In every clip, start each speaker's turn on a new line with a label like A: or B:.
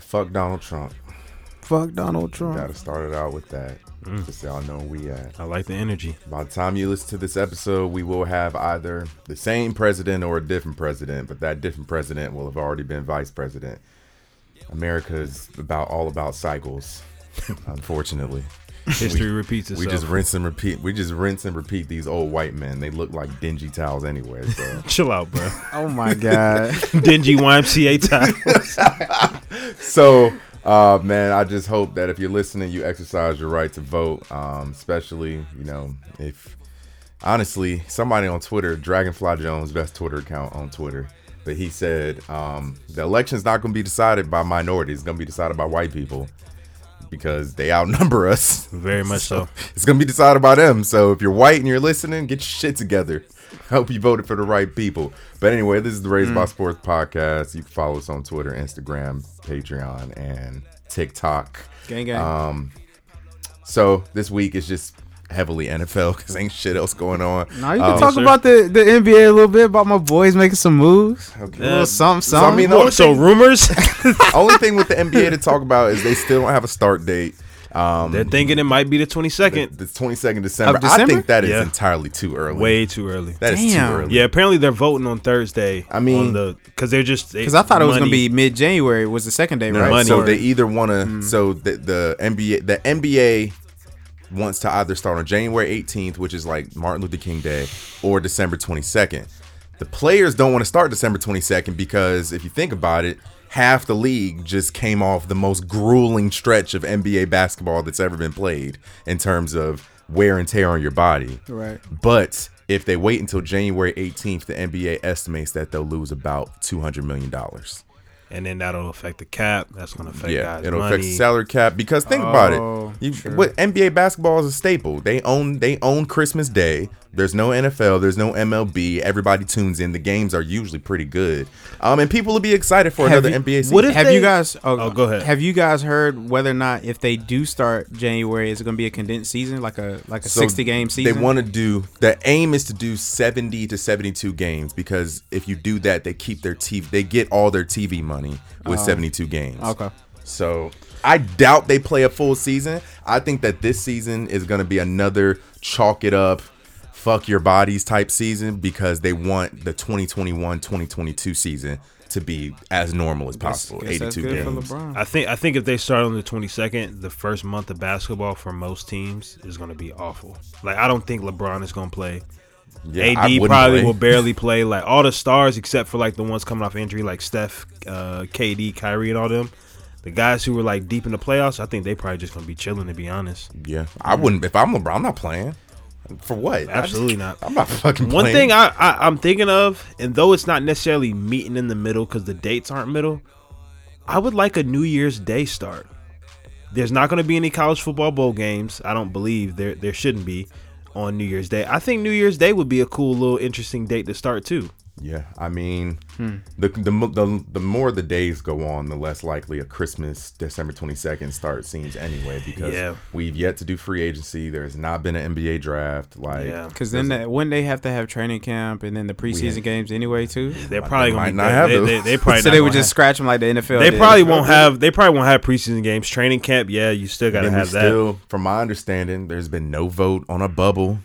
A: Fuck Donald Trump.
B: Fuck Donald Trump.
A: Gotta start it out with that. Just so y'all know where we at.
C: I like the energy.
A: By the time you listen to this episode, we will have either the same president or a different president, but that different president will have already been vice president. America's about all about cycles, unfortunately.
C: History repeats itself.
A: We just rinse and repeat. We just rinse and repeat these old white men. They look like dingy towels anyway. So
C: chill out, bro.
B: Oh my god.
C: Dingy YMCA time.
A: so uh, man i just hope that if you're listening you exercise your right to vote um, especially you know if honestly somebody on twitter dragonfly jones best twitter account on twitter but he said um, the election's not going to be decided by minorities it's going to be decided by white people because they outnumber us
C: Very much so.
A: it's going to be decided by them so if you're white and you're listening get your shit together hope you voted for the right people but anyway this is the raised
C: Mm.
A: by sports podcast you can follow us on twitter instagram patreon and tiktok
C: Gang gang.
A: Uh, so this week is just heavily NFL because ain't shit else going on.
B: Now you can
A: Um,
B: talk
C: sir.
B: about the, the NBA a little bit about my boys making some moves. A little something,
A: so I mean,
B: something.
A: the only,
C: so
A: thing,
C: rumors.
A: only thing with the NBA to talk about is they still don't have a start date. Um,
C: They're thinking it might be the twenty second.
A: the 22nd December. I
B: December?
A: think that is
C: Yeah.
A: entirely too early.
C: Way too early.
A: that is
B: Damn.
A: too early.
C: Yeah, apparently they're voting on Thursday.
A: I mean-
C: on the because they're just
B: Because I thought it was gonna be mid January was the second day,
A: No,
B: right? Mm.
C: money.
A: So
B: Or-
A: they either want to. So the, the NBA, the NBA wants to either start on January 18th, which is like Martin Luther King Day, or December 22nd. The players don't want to start December 22nd because if you think about it, half the league just came off the most grueling stretch of NBA basketball that's ever been played in terms of wear and tear on your body.
B: Right.
A: But if they wait until January 18th, the NBA estimates that they'll lose about 200 million dollars.
C: and then that'll affect the cap. That's gonna affect
A: Yeah,
C: guys'
A: it'll
C: money.
A: affect salary cap because think
B: Oh,
A: about it. You,
B: true.
A: what NBA basketball is a staple. They own they own Christmas Day. There's no NFL. There's no MLB. Everybody tunes in. The games are usually pretty good. Um, and people will be excited for
B: Have
A: another
B: you-
A: NBA season.
C: what if
B: have
C: they-
B: you guys? Oh,
C: Oh, go ahead.
B: Have you guys heard whether or not if they do start January, is it going to be a condensed season, like a like a
A: So
B: sixty game season?
A: They want to do the aim is to do 70 to 72 games because if you do that, they keep their TV. They get all their TV money with 72 games.
B: Uh-huh. okay.
A: So I doubt they play a full season. I think that this season is going to be another chalk it up, fuck your bodies type season because they want the 2021 2022 season to be as normal as possible.
B: Guess
A: 82
B: that's good for
A: games.
B: LeBron.
C: I think I think if they start on the 22nd, the first month of basketball for most teams is going to be awful. Like I don't think LeBron is going to play.
A: Yeah, I
C: AD
A: wouldn't
C: probably
A: blame-
C: will barely play. Like all the stars except for like the ones coming off injury, like Steph, uh, KD, Kyrie, and all them. The guys who were like deep in the playoffs, I think they probably just going to be chilling. To be honest,
A: Yeah, I wouldn't. If I'm LeBron, I'm not playing. For what? I just-
C: absolutely not.
A: I'm not fucking
C: One
A: playing.
C: thing I, I I'm thinking of, and though it's not necessarily meeting in the middle because the dates aren't middle, I would like a New Year's Day start. There's not going to be any college football bowl games. I don't believe there there shouldn't be on New Year's Day. I think New Year's Day would be a cool little interesting date to start too.
A: Yeah, I mean,
C: Hmm.
A: the, the mo- the the more the days go on, the less likely a Christmas December twenty second start seems anyway because
C: Yeah.
A: we've yet to do free agency. There has not been an NBA draft. Like,
C: Yeah.
B: Because then that, when they have to have training camp and then the preseason games anyway too.
C: They're probably
A: they
C: going to be
A: might not have
C: they,
A: it.
C: they, they probably
B: So
C: not
B: they
C: gonna
B: would just
C: have-
B: scratch them like the NFL.
C: they
B: did.
C: probably won't have they probably won't have preseason games. Training camp, yeah, you still got to
A: and we
C: have that.
A: still, from my understanding, there's been no vote on a bubble.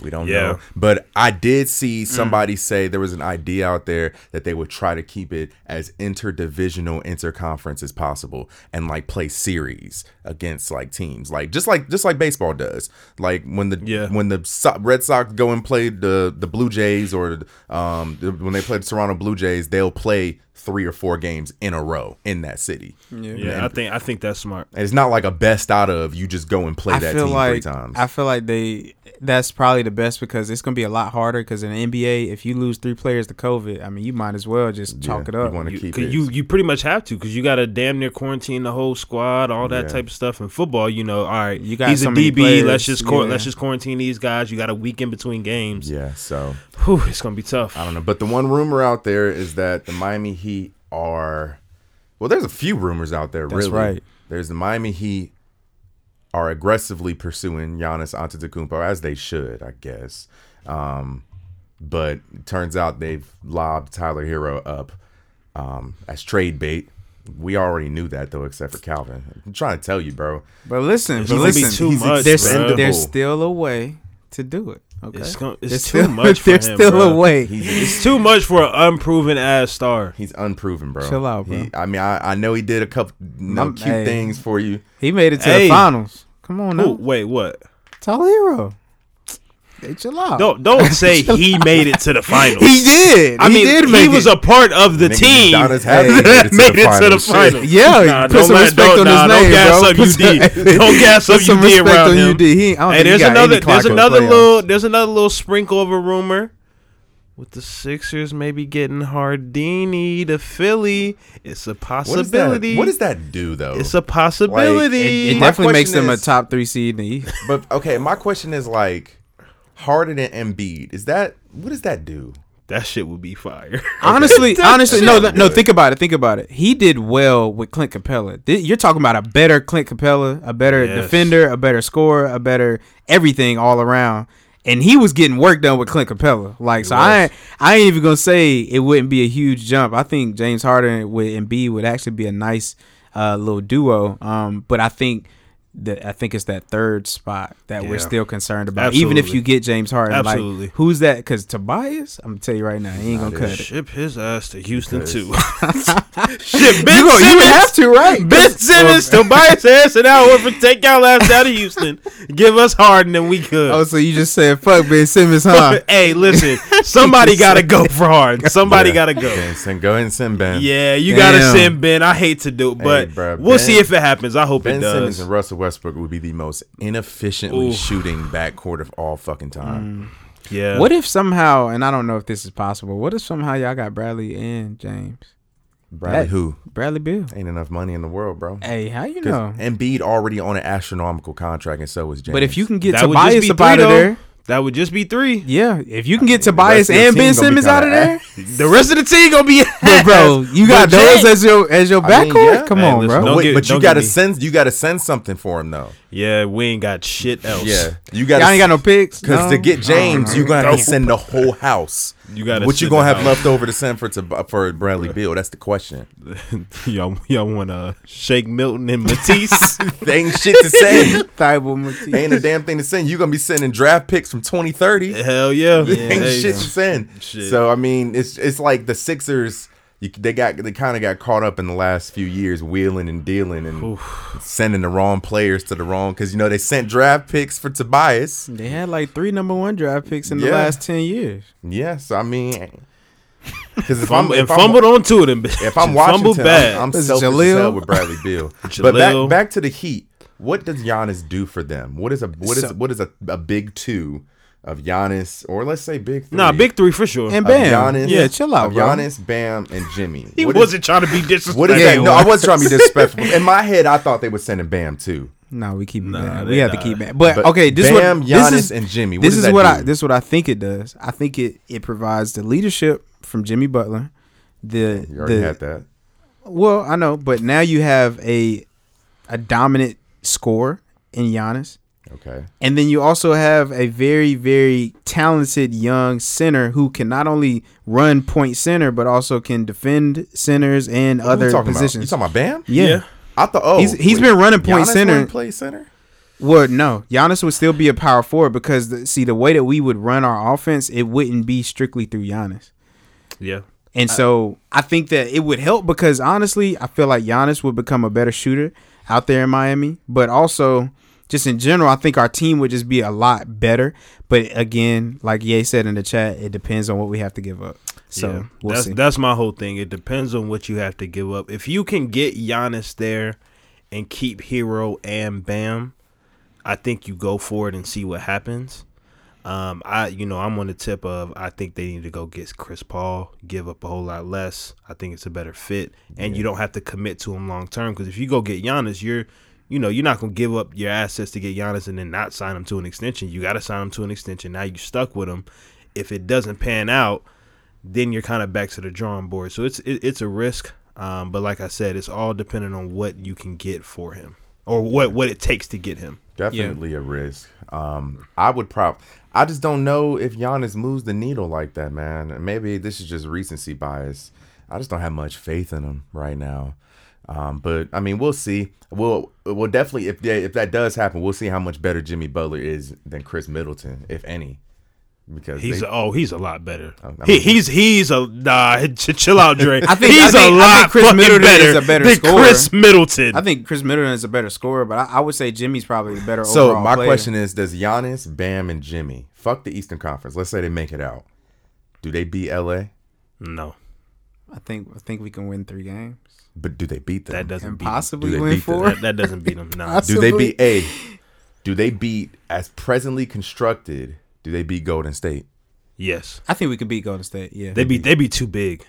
A: We don't
C: Yeah. Mm.
A: know, but I did see somebody say there was an idea out there that they would try to keep it as interdivisional, interconference as possible, and like play series against like teams, like just like just like baseball does. Like when the
C: Yeah.
A: when the so- Red Sox go and play the the Blue Jays or um the, when they play the Toronto Blue Jays, they'll play three or four games in a row in that city.
C: yeah, I think I think that's smart.
A: And it's not like a best out of you just go and play
B: I
A: that
B: feel
A: team three
B: like
A: times.
B: I feel like they that's probably the best because it's gonna be a lot harder. Because in the NBA, if you lose three players to COVID, I mean, you might as well just chalk it
A: you
B: up.
A: wanna
C: You,
A: keep
C: cause
A: it.
C: you you pretty much have to because you got to damn near quarantine the whole squad, all that
A: Yeah.
C: type of stuff. In football, you know, all right,
B: You got
C: he's
B: so
C: a
B: many
C: DB. let's
B: players,
C: just quar-
B: yeah.
C: let's just quarantine these guys. You got a week in between games.
A: yeah, so
C: Whew, it's gonna be tough.
A: I don't know. But the one rumor out there is that the Miami Heat are well, there's a few rumors out there, really.
B: right.
A: There's the Miami Heat are aggressively pursuing Giannis Antetokounmpo as they should, I guess. Um, but it turns out they've lobbed Tyler Hero up um, as trade bait. We already knew that though, except for Calvin. I'm trying to tell you, bro.
B: But listen, but
C: gonna be too
B: listen,
A: he's
C: much,
B: there's
A: expendable.
C: bro.
A: they're-
B: there's still a way to do it. Okay,
C: It's gon- it's
B: There's
C: too
B: still-
C: much for
B: there's
C: him,
B: still a
C: bruh.
B: way.
A: He's
C: It's too much for an unproven ass star.
A: he's unproven, bro.
B: Chill out, bro.
A: He- I mean, I, I know he did a couple you know,
B: I'm-
A: cute
B: hey.
A: things for you.
B: He made it to
C: Hey.
B: the finals. Come on,
C: Who?
B: now.
C: Wait, what?
B: Tall hero. Hey, chill out.
C: Don't don't say he made it to the finals.
B: He did.
C: I
B: he
C: mean,
B: did
C: he
B: make
C: was
B: it.
C: a part of the
A: Nigga,
C: team
A: Udonis
C: that
A: Haslem made it to
C: made
A: the
C: it to the
A: finals.
C: finals.
B: Yeah,
C: Nah,
B: put some
C: let-
B: respect on his
C: nah,
B: name,
C: don't gas
B: bro.
C: up
B: Put some-
C: UD. Don't gas up
B: Put some
C: UD
B: respect
C: around
B: on
C: him.
B: UD. He, I don't think
C: Hey,
B: he
C: there's
B: got any
C: another
B: clock
C: there's
B: in the
C: another
B: playoffs.
C: little there's another little sprinkle of a rumor with the Sixers maybe getting Hardini to Philly. It's
A: What
C: a
A: is that?
C: possibility.
A: What does that do though?
C: It's a possibility.
B: It
A: My
B: definitely makes
A: question
B: them a
A: is-
B: top three seed in the East.
A: But okay, my question is like Harden and Embiid. Is that what does that do?
C: that shit would be fire.
B: Honestly, honestly, no,
A: That's
B: no.
A: good.
B: Think about it. Think about it. He did well with Clint Capella. Th- You're talking about a better Clint Capella, a better
C: Yes.
B: defender, a better scorer, a better everything all around. And he was getting work done with Clint Capella. Like, so I, ain't, I ain't even gonna say it wouldn't be a huge jump. I think James Harden with Embiid would actually be a nice uh, little duo. Um, but I think that I think it's that third spot that we're
C: Yeah.
B: still concerned about. Even if
C: Absolutely.
B: you get James Harden,
C: Absolutely.
B: like who's that? Because Tobias, I'm gonna tell you right now, he ain't gonna cut it.
C: Ship his ass to Houston
A: Because-
C: too. Shit, Ben
B: you, gonna- you
C: Simmons.
B: would have to, right?
C: Ben Simmons, Tobias Harris, and Al Horford take our last out of Houston. Give us Harden and we good.
B: Oh, so you just said fuck Ben Simmons, huh?
C: hey, listen, somebody got to go for Harden. Somebody
A: Yeah.
C: got to go.
A: Then send, go ahead and send Ben.
C: Yeah, you got to
B: Damn.
C: send Ben. I hate to do it, but
A: bruh,
C: we'll
A: Ben-
C: see if it happens. I hope it
A: Ben
C: does.
A: Simmons and Russell Westbrook would be the most inefficiently
C: Oof.
A: shooting backcourt of all fucking time.
C: yeah.
B: What if somehow, and I don't know if this is possible, what if somehow y'all got Bradley and James?
A: Bradley
B: That-
A: who?
B: Bradley Bill.
A: Ain't enough money in the world, bro.
B: Hey, how you know?
A: Because Embiid already on an astronomical contract, and so is James.
B: But if you can get
C: That would just
B: Tobias
C: be
B: up
C: three,
B: out of
C: though.
B: there,
C: That would just be three.
B: yeah, if you can get
A: The rest
B: Tobias
A: of your
B: and Ben
A: team gonna be
B: Simmons out of
A: kinda
B: there,
A: ass.
C: The rest of the team going to be
B: but bro, you got
C: But
B: those
C: James-
B: as your as your
A: I mean,
B: backcourt.
A: yeah.
B: Come
A: Hey,
B: on,
C: listen,
B: bro.
A: But
C: Don't
A: wait,
C: get-
A: but
C: don't
A: you
C: get
A: gotta
C: me-
A: send you gotta send something for him though.
C: Yeah, we ain't got shit else.
A: Yeah, you
B: Y'all
A: gotta
B: ain't got no picks.
A: Because
B: no?
A: to get James, you're gonna have to
C: Nope.
A: send the whole house.
C: You gotta
A: what you
C: send the
A: gonna have
C: house.
A: left over to send for to, uh, for Bradley Beal? That's the question.
C: y'all, y'all want to shake Milton and Matisse?
A: They ain't shit to send.
B: Thibault Matisse.
A: ain't a damn thing to send. You gonna be sending draft picks from 2030.
C: Hell yeah.
A: ain't
C: There you
A: shit
C: go.
A: to send.
C: Shit.
A: So I mean, it's it's like the Sixers. You, they got they kind of got caught up in the last few years wheeling and dealing and sending the wrong players to the wrong because you know they sent draft picks for Tobias.
B: They had like three number one draft picks in the
A: Yeah.
B: last ten years.
A: Yes, I mean, because if
C: Fumble,
A: I'm
C: and
A: if I'm-
C: fumbled on two of them.
A: If I'm
C: fumble
A: Washington,
C: bad.
A: I'm, I'm
B: This is
A: selfish as
B: Jaleel.
A: hell with Bradley Beal. but
C: Jaleel.
A: back back to the Heat. What does Giannis do for them? What is a what is
B: So-
A: what is a, a big two of Giannis or let's say big three?
C: nah, big three for sure.
B: And
A: of
B: Bam,
A: Giannis,
B: yeah, chill out,
A: of
B: bro.
A: Giannis, Bam, and Jimmy.
C: he
A: What is-
C: wasn't trying to be disrespectful.
A: what is
B: Yeah,
A: that?
B: he
A: No, I was trying to be disrespectful. In my head, I thought they were sending Bam too.
B: No, we keep
C: Nah,
B: Bam.
C: they
B: We have
C: not.
B: to keep Bam. But,
A: But
B: okay, this
A: Bam,
B: what this
A: Giannis,
B: is,
A: and Jimmy. What
B: this
A: does
B: is
A: that
B: what
A: do?
B: I this is what I think it does. I think it it provides the leadership from Jimmy Butler. The
A: You already
B: the
A: had that.
B: well, I know, but now you have a a dominant scorer in Giannis,
A: Okay.
B: and then you also have a very very talented young center who can not only run point center but also can defend centers and
A: What we
B: other
A: talking
B: positions.
A: About? You talking about Bam?
B: yeah.
C: Yeah.
A: I thought. Oh,
B: He's- he's
A: wait,
B: been running point
A: Giannis
B: center.
A: wouldn't Play center.
B: Well, no, Giannis would still be a power forward because the, see the way that we would run our offense, it wouldn't be strictly through Giannis,
C: Yeah.
B: and
A: Uh,
B: so I think that it would help because honestly, I feel like Giannis would become a better shooter out there in Miami, but also just in general, I think our team would just be a lot better. But again, like Ye said in the chat, it depends on what we have to give up. So
C: yeah.
B: we'll
C: that's
B: see.
C: that's my whole thing. It depends on what you have to give up. If you can get Giannis there and keep Hero and Bam, I think you go for it and see what happens. Um, I you know I'm on the tip of I think they need to go get Chris Paul, give up a whole lot less. I think it's a better fit, and you don't have to commit to him long term because if you go get Giannis, you're you know you're not gonna give up your assets to get Giannis and then not sign him to an extension. You got to sign him to an extension. Now you stuck with him. If it doesn't pan out, then you're kind of back to the drawing board. So it's it, it's a risk, um, but like I said, it's all dependent on what you can get for him or what what it takes to get him.
A: Definitely a risk. Um, I would prob. I just don't know if Giannis moves the needle like that, man. And Maybe this is just recency bias. I just don't have much faith in him right now. Um, but I mean, we'll see. We'll we'll definitely if they, if that does happen, we'll see how much better Jimmy Butler is than Chris Middleton, if any. Because
C: He's
A: they-
C: oh, he's a lot better.
A: I mean-
C: he, he's he's a nah. ch- Chill out, Dre.
B: I think-
C: he's
B: I think-
C: a
B: I
C: lot
B: think Chris
C: fucking
B: Middleton
C: better
B: is a better
C: than
B: scorer.
C: Chris Middleton.
B: I think Chris Middleton is a better scorer, but I, I would say Jimmy's probably the better.
A: so
B: overall
A: my
B: player.
A: question is: Does Giannis, Bam, and Jimmy fuck the Eastern Conference? Let's say they make it out. Do they beat LA?
C: no,
B: I think I think we can win three games
A: But do they beat them?
C: that doesn't
B: and
C: beat him.
A: Do
B: possibly
A: they
B: win
A: beat the-
B: four.
C: That, that doesn't beat him. Nah.
A: do they beat a? Do they beat as presently constructed? Do they beat Golden State?
C: yes,
B: I think we could beat Golden State. Yeah,
C: they be they be too big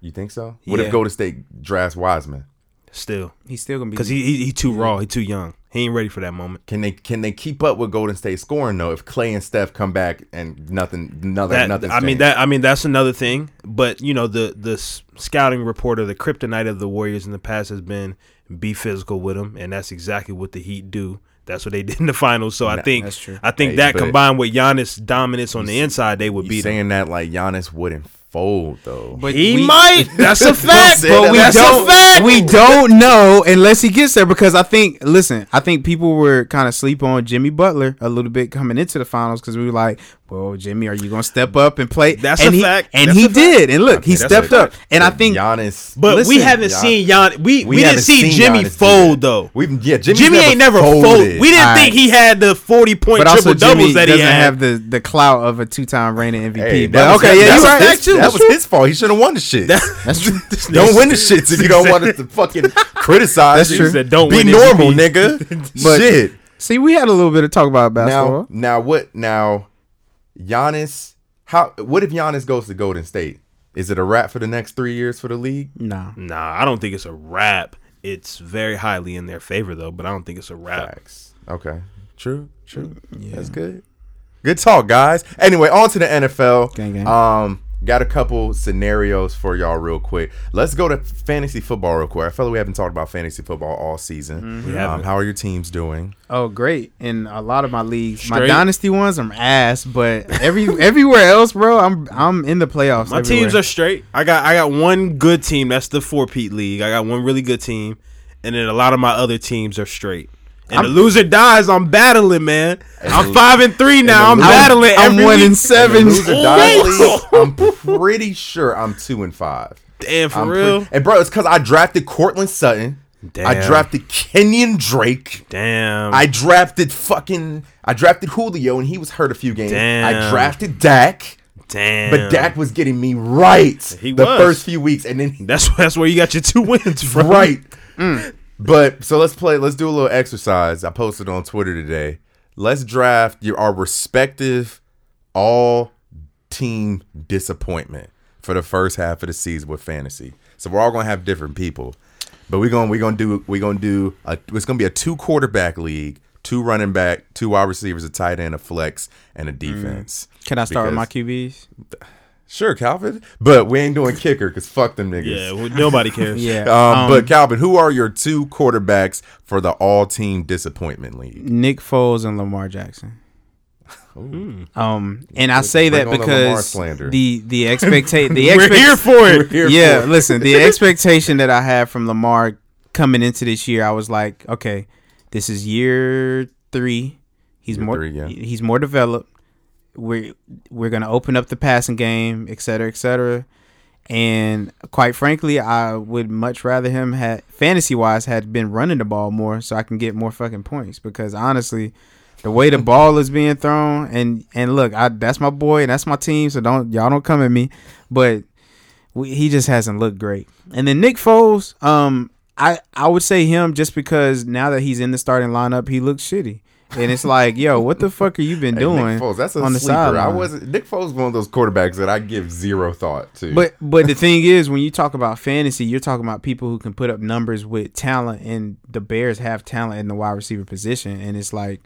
A: You think so? What
B: Yeah.
A: if Golden State drafts Wiseman?
C: still
B: he's still gonna be
C: because he, he he too raw. He too young. He ain't ready for that moment.
A: Can they can they keep up with Golden State scoring though? If Clay and Steph come back and nothing, nothing,
C: That,
A: nothing.
C: I mean that I mean that's another thing. But you know the the s- scouting reporter, the kryptonite of the Warriors in the past has been be physical with them, and that's exactly what the Heat do. That's what they did in the finals. So I think
B: that's true.
C: I think
A: Hey,
C: that
A: but-
C: combined with Giannis' dominance on the inside, they would
A: you
C: beat them.
A: saying that like Giannis wouldn't fold though.
B: But
C: He
B: we-
C: might. That's a fact.
A: said that
C: but we
A: last
C: that's
A: time.
C: a fact.
B: We don't know unless he gets there because I think listen, I think people were kind of sleep on Jimmy Butler a little bit coming into the finals because we were like, Well, Jimmy, are you gonna step up and play?
C: That's
B: and
C: a
B: he,
C: fact.
B: And
C: That's
B: he
C: a fact.
B: did. And look,
A: I
B: he
A: mean, that's
B: stepped
A: a-
B: up. And I think
A: Giannis,
C: But we
B: Listen,
C: haven't
A: Gian-
C: seen Gian. We we,
A: haven't
C: didn't see
A: seen
C: Jimmy
A: Giannis do
C: fold
A: that.
C: though.
A: We've yeah, Jimmy's
C: Jimmy ain't never folded. We didn't
B: All
C: think he had the forty point
B: but
C: triple
B: also Jimmy
C: doubles that he
B: doesn't
C: had.
B: have the, the clout of a two time reigning MVP.
A: Hey,
B: but
A: that was- that-
B: okay, yeah,
A: that
B: you
A: was
B: right.
A: his- That was his fault. He should have won the shit.
B: That's true.
A: don't win the shits if you don't want it to fucking criticize.
B: That's
A: you.
B: true.
C: Said, "Don't
A: be
C: win it,
A: normal,
C: be-"
A: nigga.
B: But-
A: shit.
B: See, we had a little bit of talk about basketball.
A: Now, now what? Now, Giannis. How? What if Giannis goes to Golden State? Is it a wrap for the next three years for the league?
B: no.
C: Nah, I don't think it's a wrap. It's very highly in their favor though, but I don't think it's a wrap.
A: Facts. Okay. True. True. That's good. Good talk, guys. Anyway, on to the NFL.
B: Gang, gang.
A: Um, got a couple scenarios for y'all real quick. Let's go to fantasy football real quick. I feel like we haven't talked about fantasy football all season. Um,
C: haven't.
A: how are your teams doing?
B: Oh, great! In a lot of my leagues, my
C: Straight.
B: dynasty ones, I'm ass. But every everywhere else, bro, I'm I'm in the playoffs.
C: My teams are straight. I got I got one good team. That's the four peat league. I got one really good team, and then a lot of my other teams are straight. And the loser dies. I'm battling, man. I'm
A: the-
C: five and three now.
A: the
C: I'm
A: loser-
C: battling.
B: I'm
C: every
B: one
C: week.
B: and seven.
A: And the loser
C: Oh,
A: dies
C: wait.
A: league, I'm pretty sure I'm two and five.
C: Damn, for
A: I'm
C: real.
A: pretty- and bro, it's because I drafted Cortland Sutton. I
C: Damn. Mm.
A: drafted Kenyon Drake.
C: Damn.
A: I drafted fucking. I drafted Julio, and he was hurt a few games. I
C: Damn.
A: drafted Dak,
C: damn.
A: but Dak was getting me right
C: He
A: the
C: was.
A: first few weeks, and then he
C: That's that's where you got your two wins from.
A: right. But so let's play. Let's do a little exercise. I posted on Twitter today. Let's draft your our respective all team disappointment for the first half of the season with fantasy. So we're all gonna have different people, but we're gonna we're gonna do we're gonna do a, it's gonna be a two quarterback league, two running back, two wide receivers, a tight end, a flex, and a
C: Mm.
A: defense.
B: Can I start
A: Because-
B: with my QBs?
C: Oh.
A: Sure, Calvin, but we ain't doing kicker because fuck them niggas.
C: Yeah, well, nobody cares.
B: Yeah,
A: Um, but Calvin, who are your two quarterbacks for the all-team disappointment league?
B: Nick Foles and Lamar Jackson. Um, and I say
A: Hmm. Bring
B: that
A: on the Lamar
B: because
A: slander.
B: the the expectation the
C: We're
B: expect-
C: here for it.
A: here
B: yeah,
A: for it.
B: listen, the expectation that I had from Lamar coming into this year, I was like, okay, this is year three. He's
A: Year
B: more
A: three, yeah.
B: he's more developed. We're we're gonna open up the passing game, et cetera, et cetera. And quite frankly, I would much rather him had fantasy wise had been running the ball more so I can get more fucking points because honestly, the way the ball is being thrown and and look, I that's my boy and that's my team, so don't y'all don't come at me, but we, he just hasn't looked great. And then Nick Foles, um, I I would say him just because now that he's in the starting lineup, he looks shitty, and it's like, yo, what the fuck are you been
A: Hey,
B: doing?
A: Nick Foles, that's a
B: on the
A: sleeper. I
B: sideline.
A: wasn't. Nick Foles is one of those quarterbacks that I give zero thought to.
B: But but the thing is, when you talk about fantasy, you're talking about people who can put up numbers with talent, and the Bears have talent in the wide receiver position, and it's like,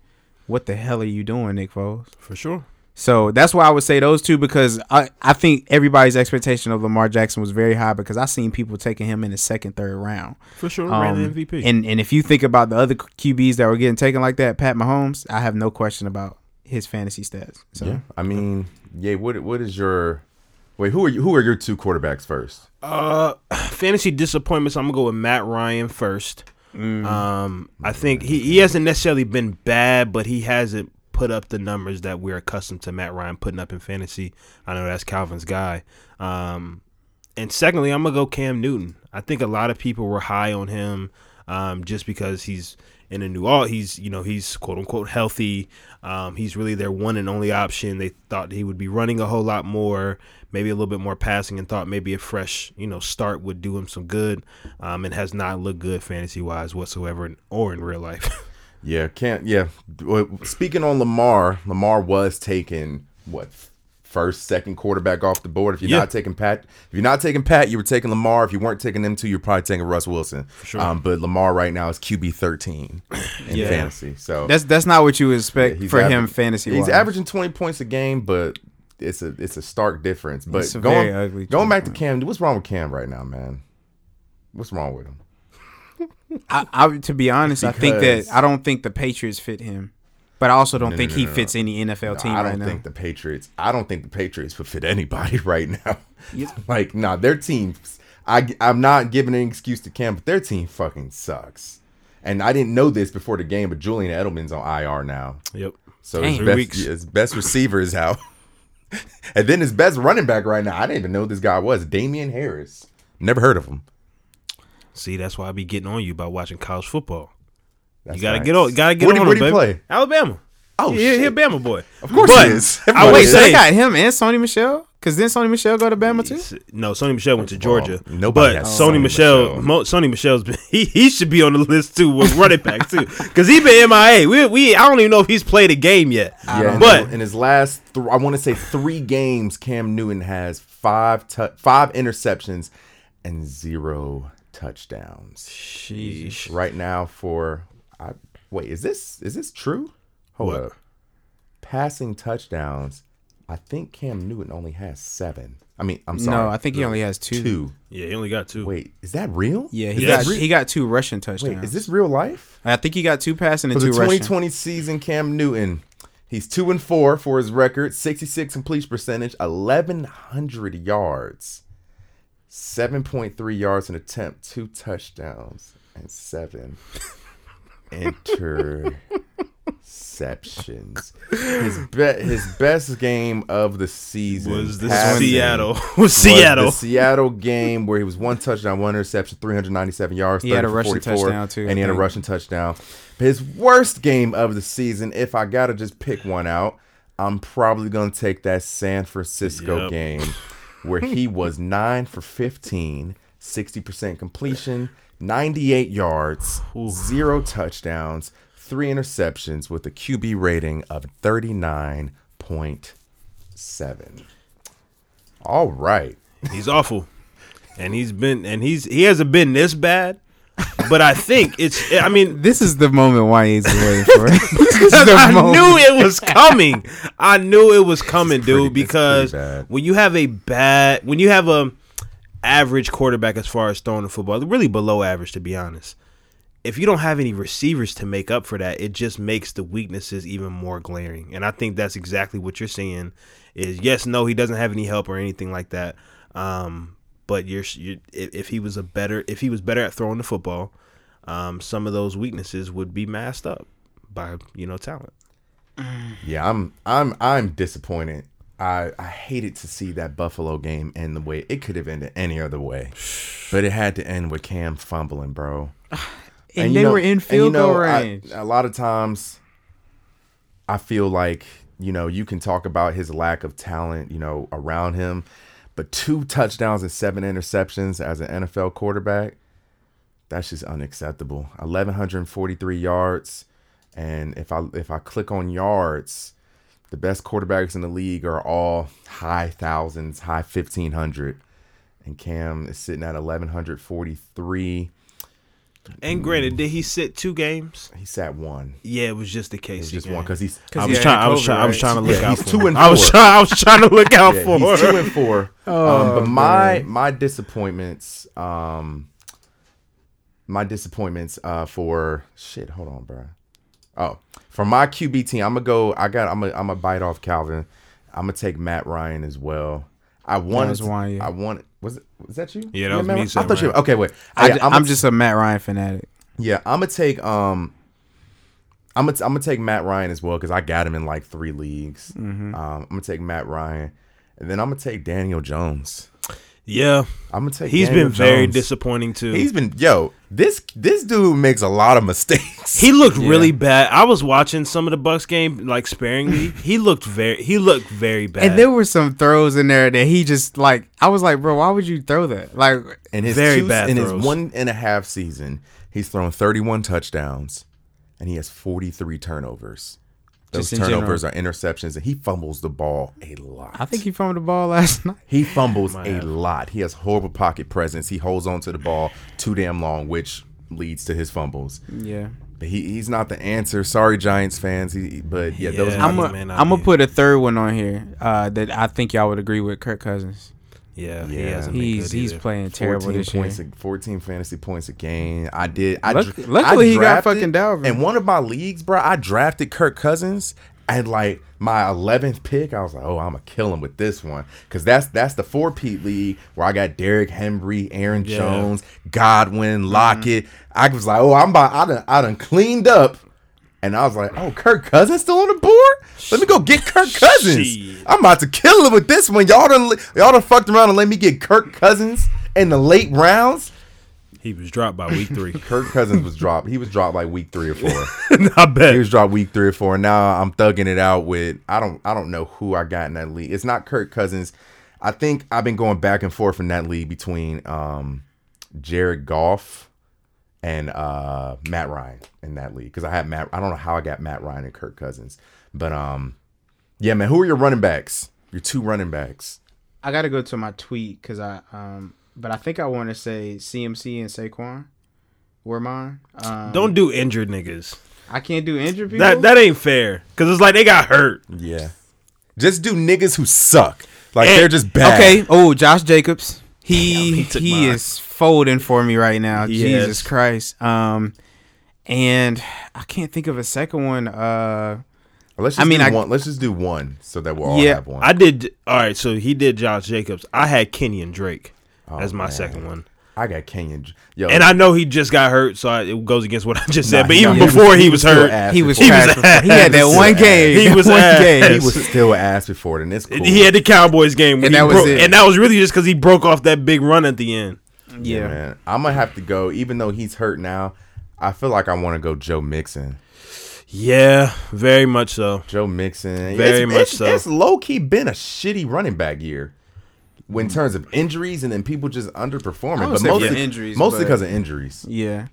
B: what the hell are you doing, Nick Foles?
C: For sure.
B: So that's why I would say those two because I, I think everybody's expectation of Lamar Jackson was very high because I seen people taking him in the second third round.
C: For sure.
B: Um, And and if you think about the other QBs that were getting taken like that, Pat Mahomes, I have no question about his fantasy stats. So
A: yeah, I mean, yeah. What what is your Wait, who are you, who are your two quarterbacks first?
C: Uh, fantasy disappointments. I'm gonna go with Matt Ryan first. Um, I think he, he hasn't necessarily been bad, but he hasn't put up the numbers that we're accustomed to Matt Ryan putting up in fantasy. I know that's Calvin's guy. Um, and secondly, I'm gonna go Cam Newton. I think a lot of people were high on him, um, just because he's in a new all. He's you know he's quote unquote healthy. Um, he's really their one and only option. They thought he would be running a whole lot more, maybe a little bit more passing, and thought maybe a fresh you know start would do him some good. Um, and has not looked good fantasy wise whatsoever, in, or in real life.
A: Yeah, can't. Yeah, Well, speaking on Lamar, Lamar was taken what first, second quarterback off the board. If you're
C: Yeah.
A: not taking Pat, if you're not taking Pat, you were taking Lamar. If you weren't taking them two, you're probably taking Russ Wilson.
C: sure.
A: Um, but Lamar right now is QB 13 in
C: Yeah.
A: fantasy. So
B: That's that's not what you would expect
A: he's
B: for him
A: average-
B: fantasy
A: He's
B: wise.
A: averaging 20 points a game, but it's a it's a stark difference. But
B: It's a
A: going
B: very ugly
A: going back to Cam, what's wrong with Cam right now, man? What's wrong with him?
B: I, I to be honest, I think
A: Because-
B: that I don't think the Patriots fit him, but I also don't think
A: no,
B: he
A: no, no.
B: fits any NFL team
A: I
B: right
A: don't
B: now.
A: think the Patriots. I don't think the Patriots would fit anybody right now. like, nah, their team. I I'm not giving an excuse to Cam, but their team fucking sucks. And I didn't know this before the game, but Julian Edelman's on IR now,
C: yep.
A: so his
B: Damn.
A: best,
C: Three weeks.
A: his best receiver is out, and then his best running back right now. I didn't even know this guy was Damian Harris. Never heard of him.
C: See, that's why I be getting on you by watching college football.
A: That's
C: you gotta
A: facts.
C: get on. Gotta get
A: Where
C: on.
A: did, where
C: him,
A: did he
C: baby.
A: play?
C: Alabama.
A: Oh,
C: yeah, he a
A: shit.
C: Bama boy. Of
A: course
C: but
A: he is.
C: I
A: Everybody
C: would
B: Wait,
A: is.
B: so they
C: say
B: got him and Sony Michelle? Because then Sony Michelle go to Bama too.
C: S- No, Sony Michelle went to
A: Well,
C: Georgia.
A: nobody
C: but
A: has
C: Sony,
A: Sony
C: Michelle,
A: Michelle.
C: Mo, Sony Michelle's been, he he should be on the list too with running back too because he been MIA. We we I don't even know if he's played a game yet.
A: Yeah,
C: but
A: but in his last, th- I want to say three games, Cam Newton has five tu- five interceptions and zero touchdowns.
C: Sheesh.
A: Right now, for I, wait, is this is this true? Hold
C: What?
A: up, passing touchdowns. I think Cam Newton only has seven. I mean, I'm sorry,
B: No, I think he only has two.
A: two.
C: yeah, he only got two.
A: Wait, is that real?
B: Yeah,
A: Is
B: he
C: Yes.
A: that
B: got
A: re-
B: he got two rushing touchdowns.
A: wait, is this real life?
B: I think he got two passing and
A: For
B: two
A: the
B: rushing.
A: 2020 season, Cam Newton, he's two and four for his record, 66 complete percentage, 1100 yards, 7.3 yards an attempt, two touchdowns, and seven interceptions. His be- his best game of the season
C: was the
A: passing
C: Seattle? Was
A: was
C: Seattle?
A: the Seattle game where he was one touchdown, one interception, 397 yards.
B: He had
A: 30
B: a
A: for
B: rushing
A: 44,
B: touchdown, too,
A: and he
B: I
A: had a
B: think.
A: rushing touchdown. But his worst game of the season, if I gotta just pick one out, I'm probably gonna take that San Francisco
C: Yep.
A: game where he was nine for 15, 60 percent completion, 98 yards, zero touchdowns, three interceptions, with a QB rating of 39.7. All right.
C: He's awful, and he's been and he's he hasn't been this bad. But I think it's. I mean,
B: This is the moment Wayne's waiting for. this is the
C: I
B: moment.
C: knew it was coming. I knew it was coming,
A: pretty-
C: dude.
A: this is pretty
C: Because
A: bad.
C: when you have a bad, when you have a average quarterback as far as throwing the football, really below average to be honest. If you don't have any receivers to make up for that, it just makes the weaknesses even more glaring. And I think that's exactly what you're seeing. Is yes, no, he doesn't have any help or anything like that. Um, but you're, you're if if he was a better if he was better at throwing the football, um, some of those weaknesses would be masked up by you know talent.
A: Yeah, I'm I'm I'm disappointed. I I hated to see that Buffalo game end the way it could have ended any other way, but it had to end with Cam fumbling, bro.
B: And,
A: you
B: they
A: know-
B: were in
A: and
B: field
A: you know,
B: goal
A: I-
B: range.
A: A lot of times, I feel like you know you can talk about his lack of talent, you know, around him, but two touchdowns and seven interceptions as an NFL quarterback, that's just unacceptable. Eleven hundred and forty-three yards, and if I if I click on yards. The best quarterbacks in the league are all high thousands, high 1500. And Cam is sitting at 1143.
C: And granted, did he sit two games?
A: He sat one.
C: Yeah, it was just the case.
A: It's just one because he's
C: I
B: he
C: was
B: had
C: trying. I was
B: COVID,
C: trying. I was
B: right?
C: trying to look
A: Yeah,
C: out
A: he's
C: for.
A: two
C: him.
A: and
C: I was
A: four.
C: trying. I was trying to look out
A: yeah,
C: for.
A: he's
C: him.
A: two and four. um,
C: Oh,
A: but my my disappointments, um, my disappointments uh, for shit. Hold on, bro. Oh, for my QB team, I'm gonna go. I got. I'm gonna. I'm gonna bite off Calvin. I'm gonna take Matt Ryan as well. I wanted.
B: was Juan, yeah.
A: I wanted. Was it? Was that you?
C: Yeah, that was me
A: remember? I
C: saying
A: thought you.
C: Ryan.
A: Okay, wait.
B: I,
A: Yeah,
B: am
A: I'ma-
B: just a Matt Ryan fanatic.
A: Yeah, I'm gonna take um, I'm gonna I'm gonna take Matt Ryan as well because I got him in like three leagues. Um, I'm gonna take Matt Ryan, and then I'm gonna take Daniel Jones.
C: Yeah,
A: I'm gonna take.
C: he's
A: He's
C: been very disappointing too.
A: He's been yo. This this dude makes a lot of mistakes.
C: he looked really bad. I was watching some of the Bucks game like sparingly. he looked very he looked very bad.
B: And there were some throws in there that he just like. I was like, bro, why would you throw that? Like,
A: in his
C: very
A: two-
C: bad
A: in
C: throws.
A: his one and a half season, he's thrown 31 touchdowns, and he has 43 turnovers. Those
B: Just in general.
A: turnovers are interceptions, and he fumbles the ball a lot.
B: I think he fumbled the ball last night.
A: He fumbles a
C: have.
A: lot. He has horrible pocket presence. He holds on to the ball too damn long, which leads to his fumbles.
B: Yeah,
A: But he, he's not the answer. Sorry, Giants fans. He, but yeah, those.
C: Yeah.
A: Are
B: I'm
A: my,
C: he
B: gonna
C: may not
B: I'm gonna
C: be.
B: put a third one on here uh, that I think y'all would agree with. Kirk Cousins.
C: yeah, he
A: Yeah.
C: hasn't been
B: He's
C: good
B: he's
C: either.
B: playing terrible
A: 14
B: this year.
A: points, a, 14 fantasy points a game. I did. I
B: Luck-
A: dr-
B: luckily
A: I
B: he got
A: drafted-
B: fucking Dalvin.
A: In one of my leagues, bro, I drafted Kirk Cousins, and like my 11th pick, I was like, oh, I'm gonna kill him with this one, because that's that's the four peat league where I got Derek Henry, Aaron
C: Yeah.
A: Jones, Godwin,
B: Mm-hmm.
A: Lockett. I was like, oh, I'm about I done I done cleaned up. And I was like, "Oh, Kirk Cousins still on the board? Let me go get Kirk Cousins.
C: Shit.
A: I'm about to kill him with this one. Y'all done y'all done fucked around and let me get Kirk Cousins in the late rounds.
C: He was dropped by week three.
A: Kirk Cousins was dropped. He was dropped like week three or four.
C: I
A: he
C: bet.
A: was dropped week three or four. Now I'm thugging it out with I don't I don't know who I got in that league. It's not Kirk Cousins. I think I've been going back and forth in that league between um, Jared Goff and uh, Matt Ryan in that league because I had Matt. I don't know how I got Matt Ryan and Kirk Cousins, but um, yeah, man. Who are your running backs? Your two running backs.
B: I gotta go to my tweet because I um, but I think I want to say CMC and Saquon were mine. Um,
C: Don't do injured niggas.
B: I can't do injured people.
C: That that ain't fair. Cause it's like they got hurt.
A: Yeah, just do niggas who suck. Like
C: And-
A: they're just bad.
B: Okay. Oh, Josh Jacobs. He
C: Damn,
B: he,
C: he took mine.
B: is folding for me right now.
C: Yes.
B: Jesus Christ. Um, and I can't think of a second one. Uh,
A: Let's just
B: I mean,
A: do
B: I-
A: one. Let's just do one so that we'll all
B: Yeah,
A: have one.
C: I did all right, so he did Josh Jacobs. I had Kenyon Drake as my
A: man.
C: second one.
A: I got Kenyon. J- Yo,
C: And I know he just got hurt, so I, it goes against what I just said.
A: Nah,
C: but
A: he-
C: even
A: he was-
C: before he
A: he
C: was,
A: was still
C: hurt,
A: ass.
B: he was
A: He was
B: trash.
C: ass.
B: He had that
A: He was
B: one
A: ass.
B: game.
C: He
B: That
C: was
B: one
C: ass.
B: game.
A: he was still asked before it, and it's cool.
C: he had the Cowboys game, when
B: And
C: he
B: that was
C: broke-
B: it.
C: and that was really just because he broke off that big run at the end.
A: yeah,
B: yeah.
A: man. I'm gonna have to go, even though he's hurt now. I feel like I want to go Joe Mixon.
C: Yeah, very much so.
A: Joe Mixon.
C: Very
A: it's,
C: much
A: it's,
C: so.
A: It's low key been a shitty running back year. In terms of injuries and then people just
B: I
A: underperforming,
B: would
A: but
B: say
A: mostly
B: yeah, injuries,
A: mostly
B: but-
A: because of injuries.
B: Yeah.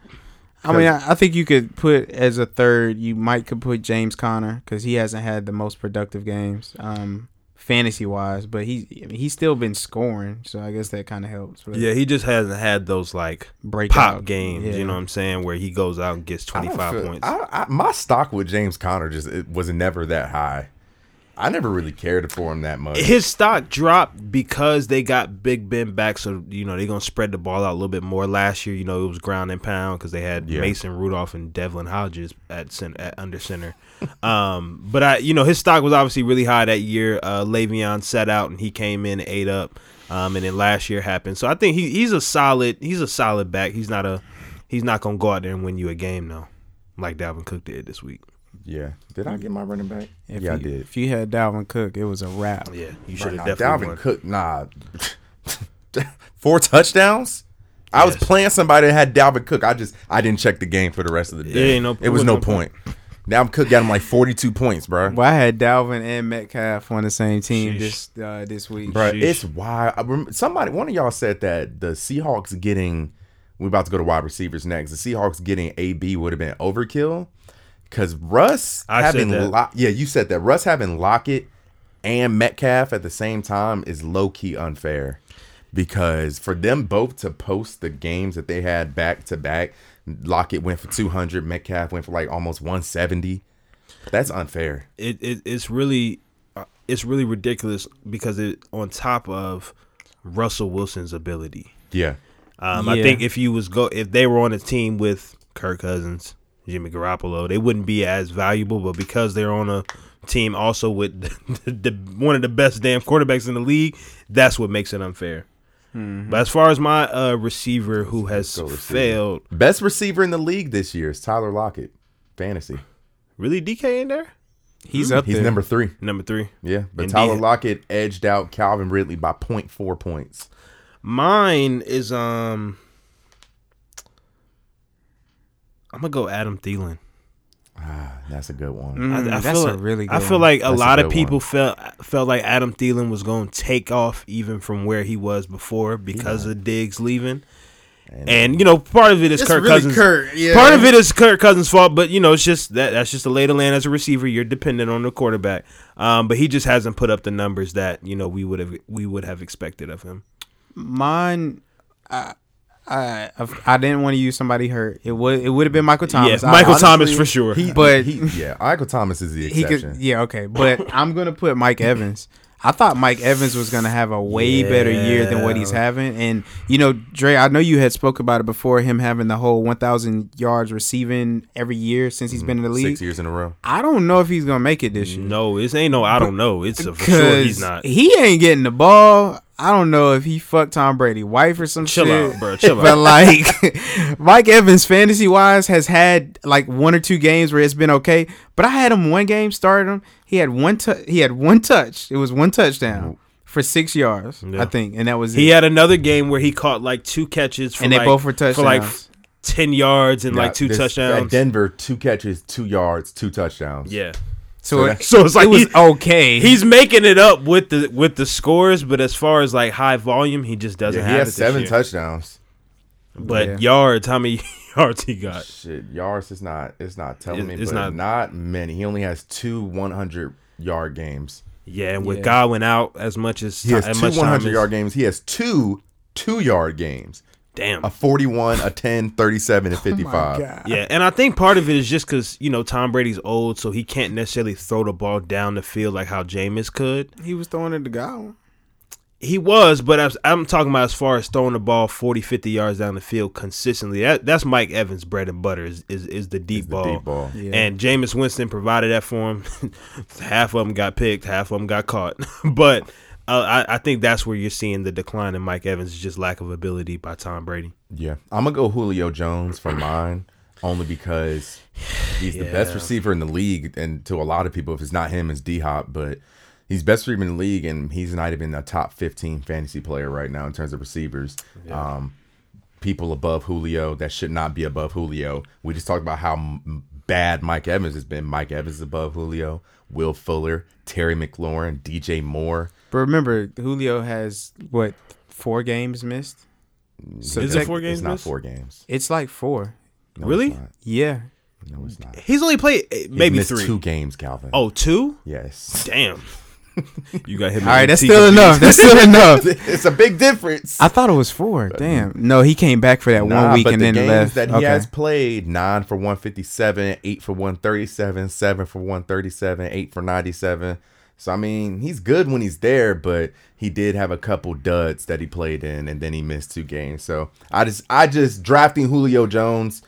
B: I mean, I, I think you could put as a third. You might could put James Conner because he hasn't had the most productive games, um, fantasy wise. But he I mean, he's still been scoring, so I guess that kind of helps. But
C: Yeah, he just hasn't had those like
B: break
C: pop games. You know what I'm saying? Where he goes out and gets
A: I don't
C: 25
A: feel-
C: points.
A: I, I, my stock with James Conner just it was never that high. I never really cared for him that much.
C: his stock dropped because they got Big Ben back, so you know they're gonna spread the ball out a little bit more. Last year, you know it was ground and pound because they had
A: Yeah.
C: Mason Rudolph and Devlin Hodges at, center, at under center. um, but I, you know, his stock was obviously really high that year. Uh, Le'Veon sat out and he came in and ate up, um, and then last year happened. So I think he, he's a solid. He's a solid back. He's not a. He's not gonna go out there and win you a game though, like Dalvin Cook did this week.
A: Yeah. Did I get my running back?
B: If
A: yeah,
B: you,
A: I did.
B: If you had Dalvin Cook, it was a wrap.
C: Yeah, you should
A: Nah,
C: have
A: Dalvin
C: definitely won.
A: Cook, nah. Four touchdowns? I was
C: Yes.
A: playing somebody that had Dalvin Cook. I just I didn't check the game for the rest of the day.
C: ain't no-
A: it was
C: was
A: no,
C: no
A: point. Dalvin Cook got him like 42 points, bro.
B: Well, I had Dalvin and Metcalf on the same team
C: Sheesh.
B: this uh, this week.
A: Bro,
C: Sheesh.
A: it's wild. I rem- somebody, one of y'all said that the Seahawks getting, we're about to go to wide receivers next. The Seahawks getting AB would have been overkill because Russ
C: I said
A: having,
C: that.
A: Lo- yeah, you said that Russ having Lockett and Metcalf at the same time is low key unfair because for them both to post the games that they had back to back, Lockett went for two hundred, Metcalf went for like almost one seventy. That's unfair.
C: it, it it's really uh, it's really ridiculous because it on top of Russell Wilson's ability.
A: Yeah,
C: Um,
B: Yeah.
C: I think if you was go if they were on a team with Kirk Cousins Jimmy Garoppolo. They wouldn't be as valuable, but because they're on a team also with the, the, one of the best damn quarterbacks in the league, that's what makes it unfair. But as far as my uh, receiver who has
A: go receiver.
C: failed,
A: Best receiver in the league this year is Tyler Lockett. Fantasy.
C: really DK in there?
B: He's up
A: He's
B: there.
A: number three.
C: Mm-hmm. Number three.
A: Yeah. But
C: Indeed.
A: Tyler Lockett edged out Calvin Ridley by 0.4 points.
C: Mine is um I'm gonna go Adam Thielen.
A: Ah, that's a good one.
C: I, I
B: Mm, that's
C: feel
B: a
C: like,
B: really good
C: I feel
B: one.
C: like a
A: That's a
C: lot of
A: good
C: people felt felt like Adam Thielen was gonna take off even from where he was before because of Diggs leaving.
A: And-
C: And you know, part of it is
D: It's
C: Kirk
D: really
C: Cousins.
D: Kirk, yeah.
C: Part of it is Kirk Cousins' fault, but you know, it's just that that's just the lay of the land as a receiver. You're dependent on the quarterback, um, but he just hasn't put up the numbers that you know we would have we would have expected of him.
B: Mine, I, I, I didn't want to use somebody hurt. It would, it would have been Michael Thomas.
C: yeah,
B: I
C: Michael
B: honestly-
C: Thomas for sure.
A: He,
B: But-
A: he, yeah, Michael Thomas is the
B: He
A: exception.
B: could, yeah, okay. But I'm gonna put Mike Evans. I thought Mike Evans was gonna have a way better year than what he's
C: Yeah.
B: having, and you know, Dre, I know you had spoke about it before. Him having the whole 1,000 yards receiving every year since he's been in the league.
A: Mm-hmm. Six years in a row.
B: I don't know if he's gonna make it this year.
C: No, this ain't no. I don't know. It's a, Mm-hmm. for sure
B: Cause
C: he's not.
B: he ain't getting the ball. I don't know if he fucked Tom Brady wife or some
C: Chill
B: shit.
C: out, bro. Chill
B: but
C: out.
B: like Mike Evans, fantasy wise, has had like one or two games where it's been okay. But I had him one game, started him. He had one. tou he had one touch. It was one touchdown for six yards,
C: Yeah.
B: I think, and that was
C: He
B: it.
C: had another game where he caught like two catches, for
B: And they
C: like-
B: both were
C: for like
B: touchdowns.
C: ten yards and like
A: Yeah,
C: two
A: this- At
C: touchdowns.
A: Denver, two catches, two yards, two touchdowns.
C: yeah,
B: So it,
C: so it's like
B: it was
C: he-
B: okay.
C: he's making it up with the with the scores, but as far as like high volume, he just doesn't
A: Yeah, he
C: have it.
A: has
C: this
A: seven
C: year.
A: touchdowns.
C: but
B: Yeah.
C: yards. How many yards he got?
A: Shit, yards is not. It's not telling
C: Uh, It-
A: me.
C: it's
A: but
C: not-
A: not, many. He only has two 100 yard games.
C: Yeah, and with
B: Yeah.
C: Godwin out as much as
A: He has
C: as
A: two
C: much time
A: 100
C: as-
A: yard games. He has two two yard games.
C: Damn.
A: A 41, a 10, 37, and
B: Oh
A: 55.
B: my God.
C: Yeah, and I think part of it is just because you know Tom Brady's old, so he can't necessarily throw the ball down the field like how Jameis could.
B: He was throwing it to God.
C: He was, but I was, I'm talking about as far as throwing the ball 40, 50 yards down the field consistently. That, that's Mike Evans' bread and butter is is, is the deep
A: The
C: ball.
A: deep ball.
B: Yeah.
C: And Jameis Winston provided that for him. half of them got picked, half of them got caught. but uh, I, I think that's where you're seeing the decline in Mike Evans, is just lack of ability by Tom Brady.
A: Yeah. I'm going to go Julio Jones for mine only because he's the best
C: Yeah.
A: receiver in the league. And to a lot of people, if it's not him, it's D Hop. But he's best receiver in the league, and he's not even a top 15 fantasy player right now in terms of receivers. Um, people above Julio that should not be above Julio. We just talked about how m- bad Mike Evans has been. Mike Evans is above Julio, Will Fuller, Terry McLaurin, DJ Moore.
B: But remember, Julio has what four games missed. So
C: Is it
B: tech-
C: four games
A: It's not
C: missed?
A: four games.
B: It's like four.
A: No, it's
C: Really?
A: not.
B: Yeah.
A: No, it's not.
C: He's only played eh,
A: He's
C: maybe
A: missed
C: three.
A: two games, Calvin.
C: Oh, two?
A: yes.
C: Damn. you got hit.
B: All right, that's still enough. That's still enough.
A: it's a big difference.
B: I thought it was four. Damn. No, he came back for that
A: Nah,
B: one week
A: but
B: and
A: the
B: then
A: games
B: left.
A: that he
B: okay.
A: has played: nine for one fifty-seven, eight for one thirty-seven, seven for one thirty-seven, eight for ninety-seven. So I mean, he's good when he's there, but he did have a couple duds that he played in, and then he missed two games. So I just, I just drafting Julio Jones.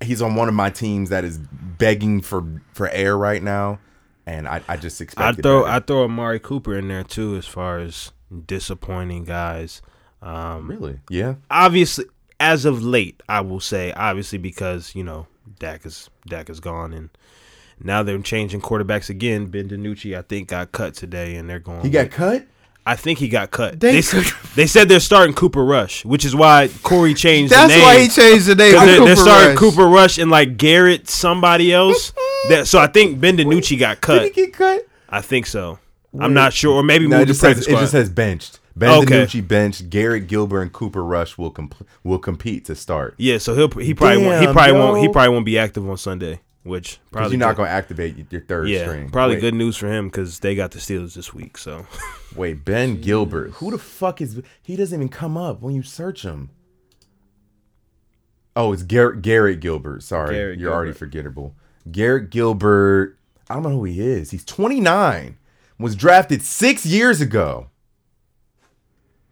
A: He's on one of my teams that is begging for for air right now, and I, I just
C: I
A: expected.
C: throw
A: better.
C: I throw Amari Cooper in there too, as far as disappointing guys. Um,
A: really, yeah.
C: obviously as of late, I will say obviously because you know Dak is Dak is gone and now they're changing quarterbacks again. Ben DiNucci, I think, got cut today, and they're going.
A: He got cut.
C: I think he got cut.
B: They-
C: They s- they said they're starting Cooper Rush, which is why Corey changed.
B: That's
C: the name.
B: why he changed the name.
C: Because
B: to
C: they're, they're
B: Cooper
C: starting
B: Rush.
C: Cooper Rush and like Garrett somebody else. that so I think Ben DiNucci got
A: Did he
C: cut.
A: get cut?
C: I think so. I'm not sure, or maybe
A: No, it
C: moved to
A: just, says,
C: practice
A: it
C: squad.
A: just says benched. Ben
C: Okay.
A: DiNucci benched. Garrett Gilbert and Cooper Rush will compl- will compete to start.
C: yeah, so he'll he probably won't, he
A: Damn,
C: probably won't he
A: yo.
C: probably won't be active on Sunday, which
A: Because
C: probably
A: you're not
C: good.
A: going to activate y- your third
C: yeah
A: string.
C: probably
A: Wait,
C: good news for him because they got the Steelers this week. So
A: Wait, Ben Gilbert. Who the fuck is? He doesn't even come up when you search him. Oh, it's Garrett Garrett Gilbert. Sorry,
C: Garrett
A: you're already
C: Gilbert.
A: forgettable. Garrett Gilbert. I don't know who he is. He's 29. Was drafted six years ago.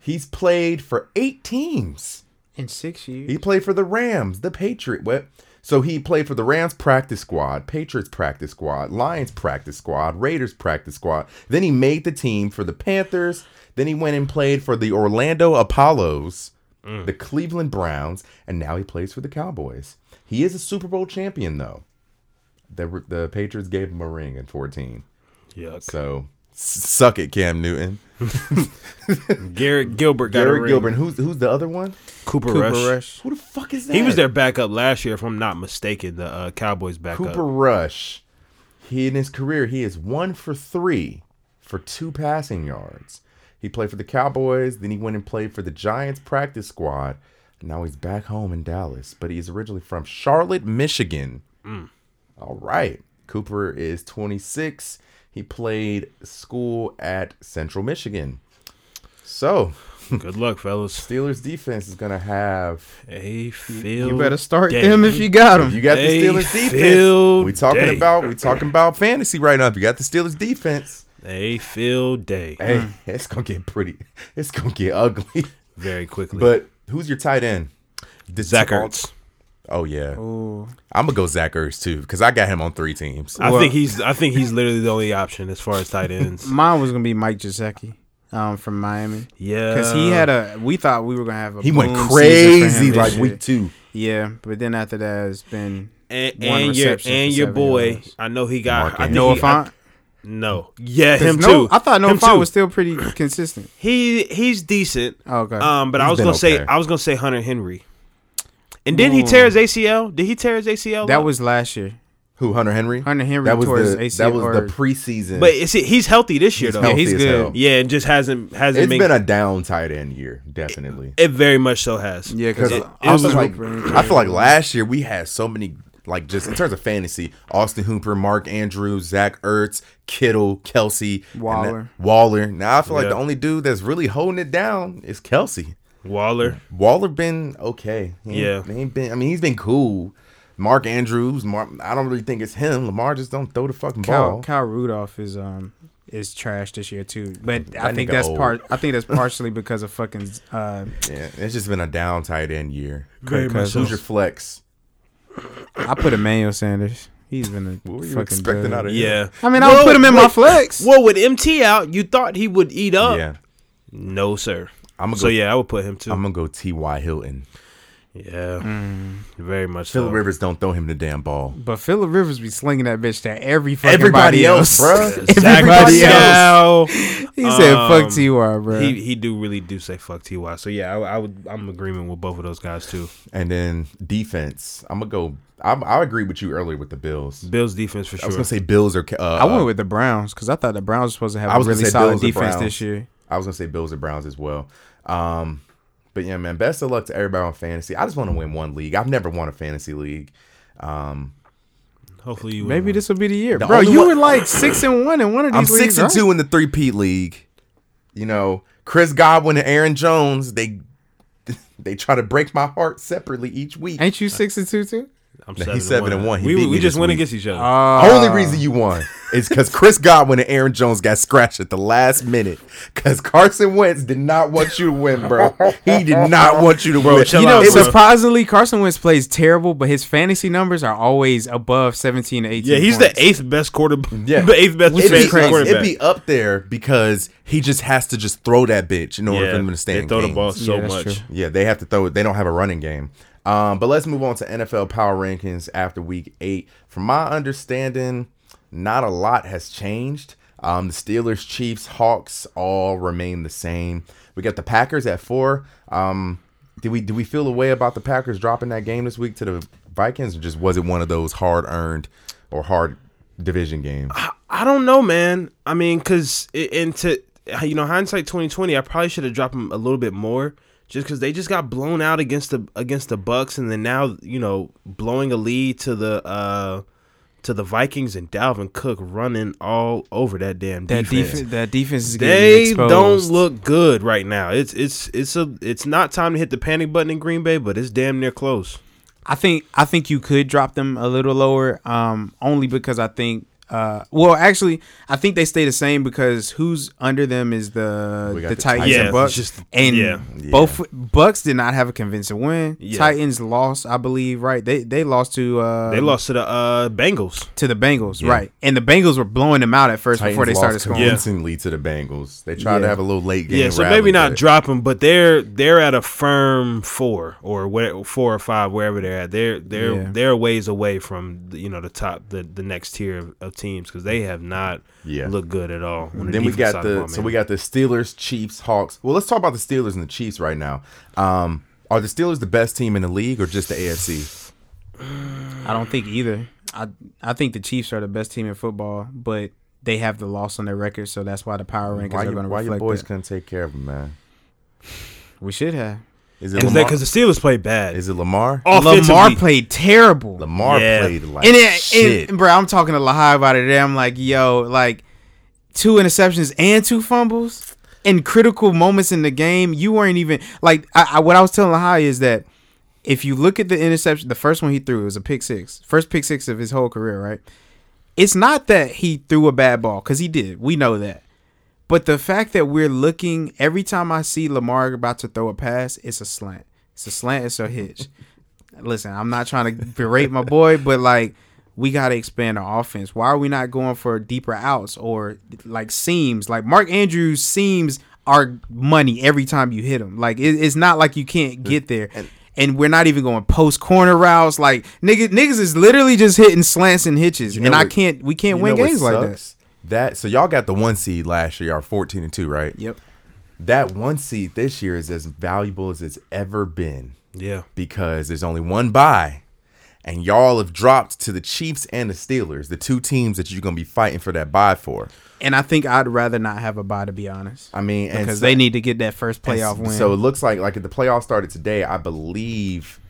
A: He's played for eight teams.
B: in six years.
A: He played for the Rams, the Patriot. What? So he played for the Rams practice squad, Patriots practice squad, Lions practice squad, Raiders practice squad. Then he made the team for the Panthers. Then he went and played for the Orlando Apollos,
C: Mm.
A: the Cleveland Browns, and now he plays for the Cowboys. He is a Super Bowl champion though. The the Patriots gave him a ring in 14.
C: Yuck.
A: So s- suck it, Cam Newton.
C: Garrett Gilbert got a
A: Garrett
C: ring.
A: Gilbert. Who's who's the other one?
C: Cooper,
B: Cooper
C: Rush.
B: Rush.
A: Who the fuck is that?
C: He was their backup last year, if I'm not mistaken. The uh, Cowboys backup.
A: Cooper Rush, he in his career, he is one for three for two passing yards. He played for the Cowboys, then he went and played for the Giants practice squad. Now he's back home in Dallas, but he's originally from Charlotte, Michigan. All right. Cooper is 26. He played school at Central Michigan. So,
C: Good luck, fellas.
A: Steelers defense is going to have
C: Hey, Phil.
B: You better start
C: Day.
B: them if you got
A: If you
B: them.
A: got the
C: They
A: Steelers defense.
C: feel
A: We talking
C: day.
A: about we talking about fantasy right now. If you got the Steelers defense,
C: Hey, Phil Day.
B: Mm.
A: hey, it's gonna get pretty. It's gonna get ugly.
C: Very quickly.
A: But who's your tight end? Did
C: Zach Ertz.
A: Oh yeah,
B: Ooh.
A: I'm gonna go Zach Ertz too because I got him on three teams.
C: I
B: Well-
C: think he's. I think he's literally the only option as far as tight ends.
B: Mine was gonna be Mike Gesicki, um, from Miami.
C: Yeah,
B: Because he had a, we thought we were gonna have a.
A: he
C: Mm,
A: went
B: boom season for
A: crazy
B: him
A: like
B: this year.
A: week two.
B: Yeah, but then after that, it's been
C: and,
B: one
C: and your
B: reception
C: and
B: for
C: your
B: seven
C: boy.
B: yards.
C: I know he got.
A: Mark
C: I think
A: Noah
B: Noah
C: he, I-
B: Font.
C: no. Yeah, him
B: No-
C: too.
B: I thought Noah
C: Him
B: Font
C: too.
B: was still pretty consistent.
C: He he's decent.
B: Oh, okay.
C: Um, but I
A: He's
C: was
A: been
C: gonna say
A: okay.
C: I was gonna say Hunter Henry. And didn't he
A: Hmm.
B: Ooh.
C: tear his ACL? Did he tear his ACL?
B: that
C: up?
B: was last year.
A: Who Hunter Henry?
B: Hunter Henry
A: That was
B: tore his
A: the that
B: ACL
A: was
B: or-
A: the preseason.
C: But is he, he's healthy this year
A: He's
C: though.
B: Yeah,
A: healthy
B: he's
A: as
B: good.
A: hell.
C: Yeah, and just hasn't hasn't
A: It's
C: been,
A: been a down tight end year, definitely.
C: it very much so has.
B: Yeah,
A: Because
B: because
C: It-
A: I,
C: was
A: feel like,
B: Hooper.
A: I feel like last year we had so many, like just in terms of fantasy, Austin Hooper, Mark Andrews, Zach Ertz, Kittle, Kelsey, and that-
B: Waller.
A: Waller. Now I feel like
C: Yeah.
A: the only dude that's really holding it down is Kelsey.
C: Waller.
A: Waller been okay. He ain't-
C: Yeah.
A: he ain't been. I mean, he's been cool. Mark Andrews, Mark, I don't really think it's him. Lamar just don't throw the fucking
B: Kyle,
A: ball.
B: Kyle Rudolph is um is trash this year too. But I
A: That
B: think
A: nigga
B: that's
A: old.
B: part. I think that's partially because of fucking uh,
A: Yeah, it's just been a down tight end year.
C: Very
B: Kirk
C: much
A: Who's
B: Cousins.
A: your flex?
B: I put Emmanuel Sanders. He's been a
A: What were you
B: fucking
A: expecting
B: dud.
A: out of him?
C: Yeah.
B: I mean, I would put him in my
C: wait.
B: flex.
C: Well, with MT out, you thought he would eat up.
A: Yeah,
C: No, sir.
A: I'm gonna
C: So
A: go.
C: yeah, I would put him too.
A: I'm gonna go T. Y. Hilton.
C: yeah, very much.
A: Phillip
C: so.
A: Rivers don't throw him the damn ball.
B: But Phillip Rivers be slinging that bitch to every fucking
A: Everybody
B: body
A: else,
B: else.
A: bruh.
C: Zach
B: Everybody
C: Pascal.
B: he said,
C: Um,
B: "Fuck T.Y., bro."
C: He he do really do say fuck Ty. So yeah, I, I would I'm agreement with both of those guys too.
A: And then defense, I'm gonna go. I'm, I agree with you earlier with the Bills.
C: Bills defense for
A: I
C: sure.
A: was gonna say Bills or. Ca- Uh,
B: I went with the Browns because I thought the Browns were supposed to have
A: I was
B: a
A: gonna
B: really
A: say
B: solid
A: Bills or
B: defense
A: Browns.
B: this year.
A: I was gonna say Bills or Browns as well. Um, but yeah, man, best of luck to everybody on fantasy. I just want to win one league. I've never won a fantasy league. Um,
C: Hopefully you
B: Maybe
C: win.
B: this will be the year,
A: Mm-hmm. The
B: bro.
A: only
B: You
A: one-
B: were like six and one in one of these.
A: I'm six
B: leagues,
A: and
B: right?
A: two in the three P league. You know, Chris Godwin and Aaron Jones. They they try to break my heart separately each week.
B: Ain't you six and two too?
C: I'm
A: he's seven and one. He
C: We,
A: beat
C: we
A: me
C: just
A: this
C: went
A: week.
C: against each other.
B: Uh,
A: Only reason you won is because Chris Godwin and Aaron Jones got scratched at the last minute because Carson Wentz did not want you to win, bro. He did not want you to win.
C: chill
B: you know,
C: out,
A: it
C: bro.
A: was
B: surprisingly, Carson Wentz plays terrible, but his fantasy numbers are always above seventeen to eighteen.
C: yeah, he's
B: points.
C: the eighth best quarterback.
A: Yeah.
C: the eighth best
A: it'd
B: is
A: be,
C: fantasy
B: crazy.
C: quarterback.
A: it'd be up there because he just has to just throw that bitch in order
C: yeah,
A: for him to stay.
C: they
A: in
C: throw the
A: games.
C: ball so
B: Yeah, that's
C: much.
B: true.
A: Yeah, they have to throw it. They don't have a running game. Um, but let's move on to NFL power rankings after week eight. From my understanding, not a lot has changed. Um, the Steelers, Chiefs, Hawks all remain the same. We got the Packers at four. Um, did we did we feel a way about the Packers dropping that game this week to the Vikings, or just was it one of those hard earned or hard division games?
C: I don't know, man. I mean, because into you know hindsight twenty twenty, I probably should have dropped him a little bit more, just because they just got blown out against the against the Bucks, and then now you know blowing a lead to the uh to the Vikings and Dalvin Cook running all over that damn
B: that
C: defense.
B: defense. That defense is getting
C: They
B: exposed.
C: don't look good right now. It's it's it's a it's not time to hit the panic button in Green Bay, but it's damn near close.
B: I think I think you could drop them a little lower, um, only because I think Uh, well, actually, I think they stay the same because who's under them is the
A: We got
B: the
A: the
B: Titans
A: Titans.
C: Yeah,
B: and Bucks,
C: just-
B: and
C: yeah.
B: both Bucks did not have a convincing win.
C: Yeah.
B: Titans lost, I believe, right? They they lost to uh,
A: Um,
C: They lost to the uh, Bengals.
B: to the Bengals,
A: Yeah.
B: right? And the Bengals were blowing them out at first
A: Titans
B: before they started
A: lost
B: scoring.
C: Yeah.
A: convincingly to the Bengals. They tried
B: Yeah.
A: to have a little late game.
C: Yeah, so
A: rally,
C: maybe not
A: but
C: drop them, but they're they're at a firm four or where, four or five, wherever they're at. They're they're
B: Yeah.
C: they're ways away from you know the top, the, the next tier of, of teams because they have not
A: Yeah.
C: looked good at all. on the
A: Then we
C: defense
A: got
C: side
A: the
C: of
A: so we got the Steelers, Chiefs, Hawks. Well, let's talk about the Steelers and the Chiefs right now. Um, are the Steelers the best team in the league or just the AFC?
B: I don't think either. I I think the Chiefs are the best team in football, but they have the loss on their record, so that's why the power rankings
A: Why,
B: are
A: you,
B: going to
A: why your
B: reflect
A: boys
B: that.
A: couldn't take care of them, man?
B: We should have.
A: Is it
C: because
A: Lamar?
C: the Steelers played bad.
A: Is it Lamar?
C: Offensively,
B: Lamar played terrible.
A: Lamar
C: Oh, Yeah.
A: played like
B: and, it,
A: shit.
B: and bro, I'm talking to Lahai about it. today. I'm like, yo, like two interceptions and two fumbles in critical moments in the game. You weren't even like I, I, what I was telling Lahai is that if you look at the interception, the first one he threw it was a pick six, first pick six of his whole career, right? It's not that he threw a bad ball because he did. We know that. But the fact that we're looking every time I see Lamar about to throw a pass, it's a slant. It's a slant. It's a hitch. Listen, I'm not trying to berate my boy, but like we got to expand our offense. Why are we not going for deeper outs or like seams? Like Mark Andrews seams are money every time you hit him. Like it, it's not like you
A: Mm.
B: can't get there. And we're not even going post corner routes. Like niggas, niggas is literally just hitting slants and hitches,
A: know
B: and I
A: what-
B: can't. We can't
A: You
B: win
A: know what
B: games like that.
A: sucks? That so y'all got the one seed last year, y'all are fourteen and two, right?
B: Yep.
A: That one seed this year is as valuable as it's ever been
C: yeah,
A: because there's only one bye, and y'all have dropped to the Chiefs and the Steelers, the two teams that you're gonna be fighting for that bye for.
B: And I think I'd rather not have a bye to be honest.
A: I mean, and
B: because
A: so-
B: they need to get that first
A: and
B: playoff win.
A: So it looks like like if the playoff started today, I believe.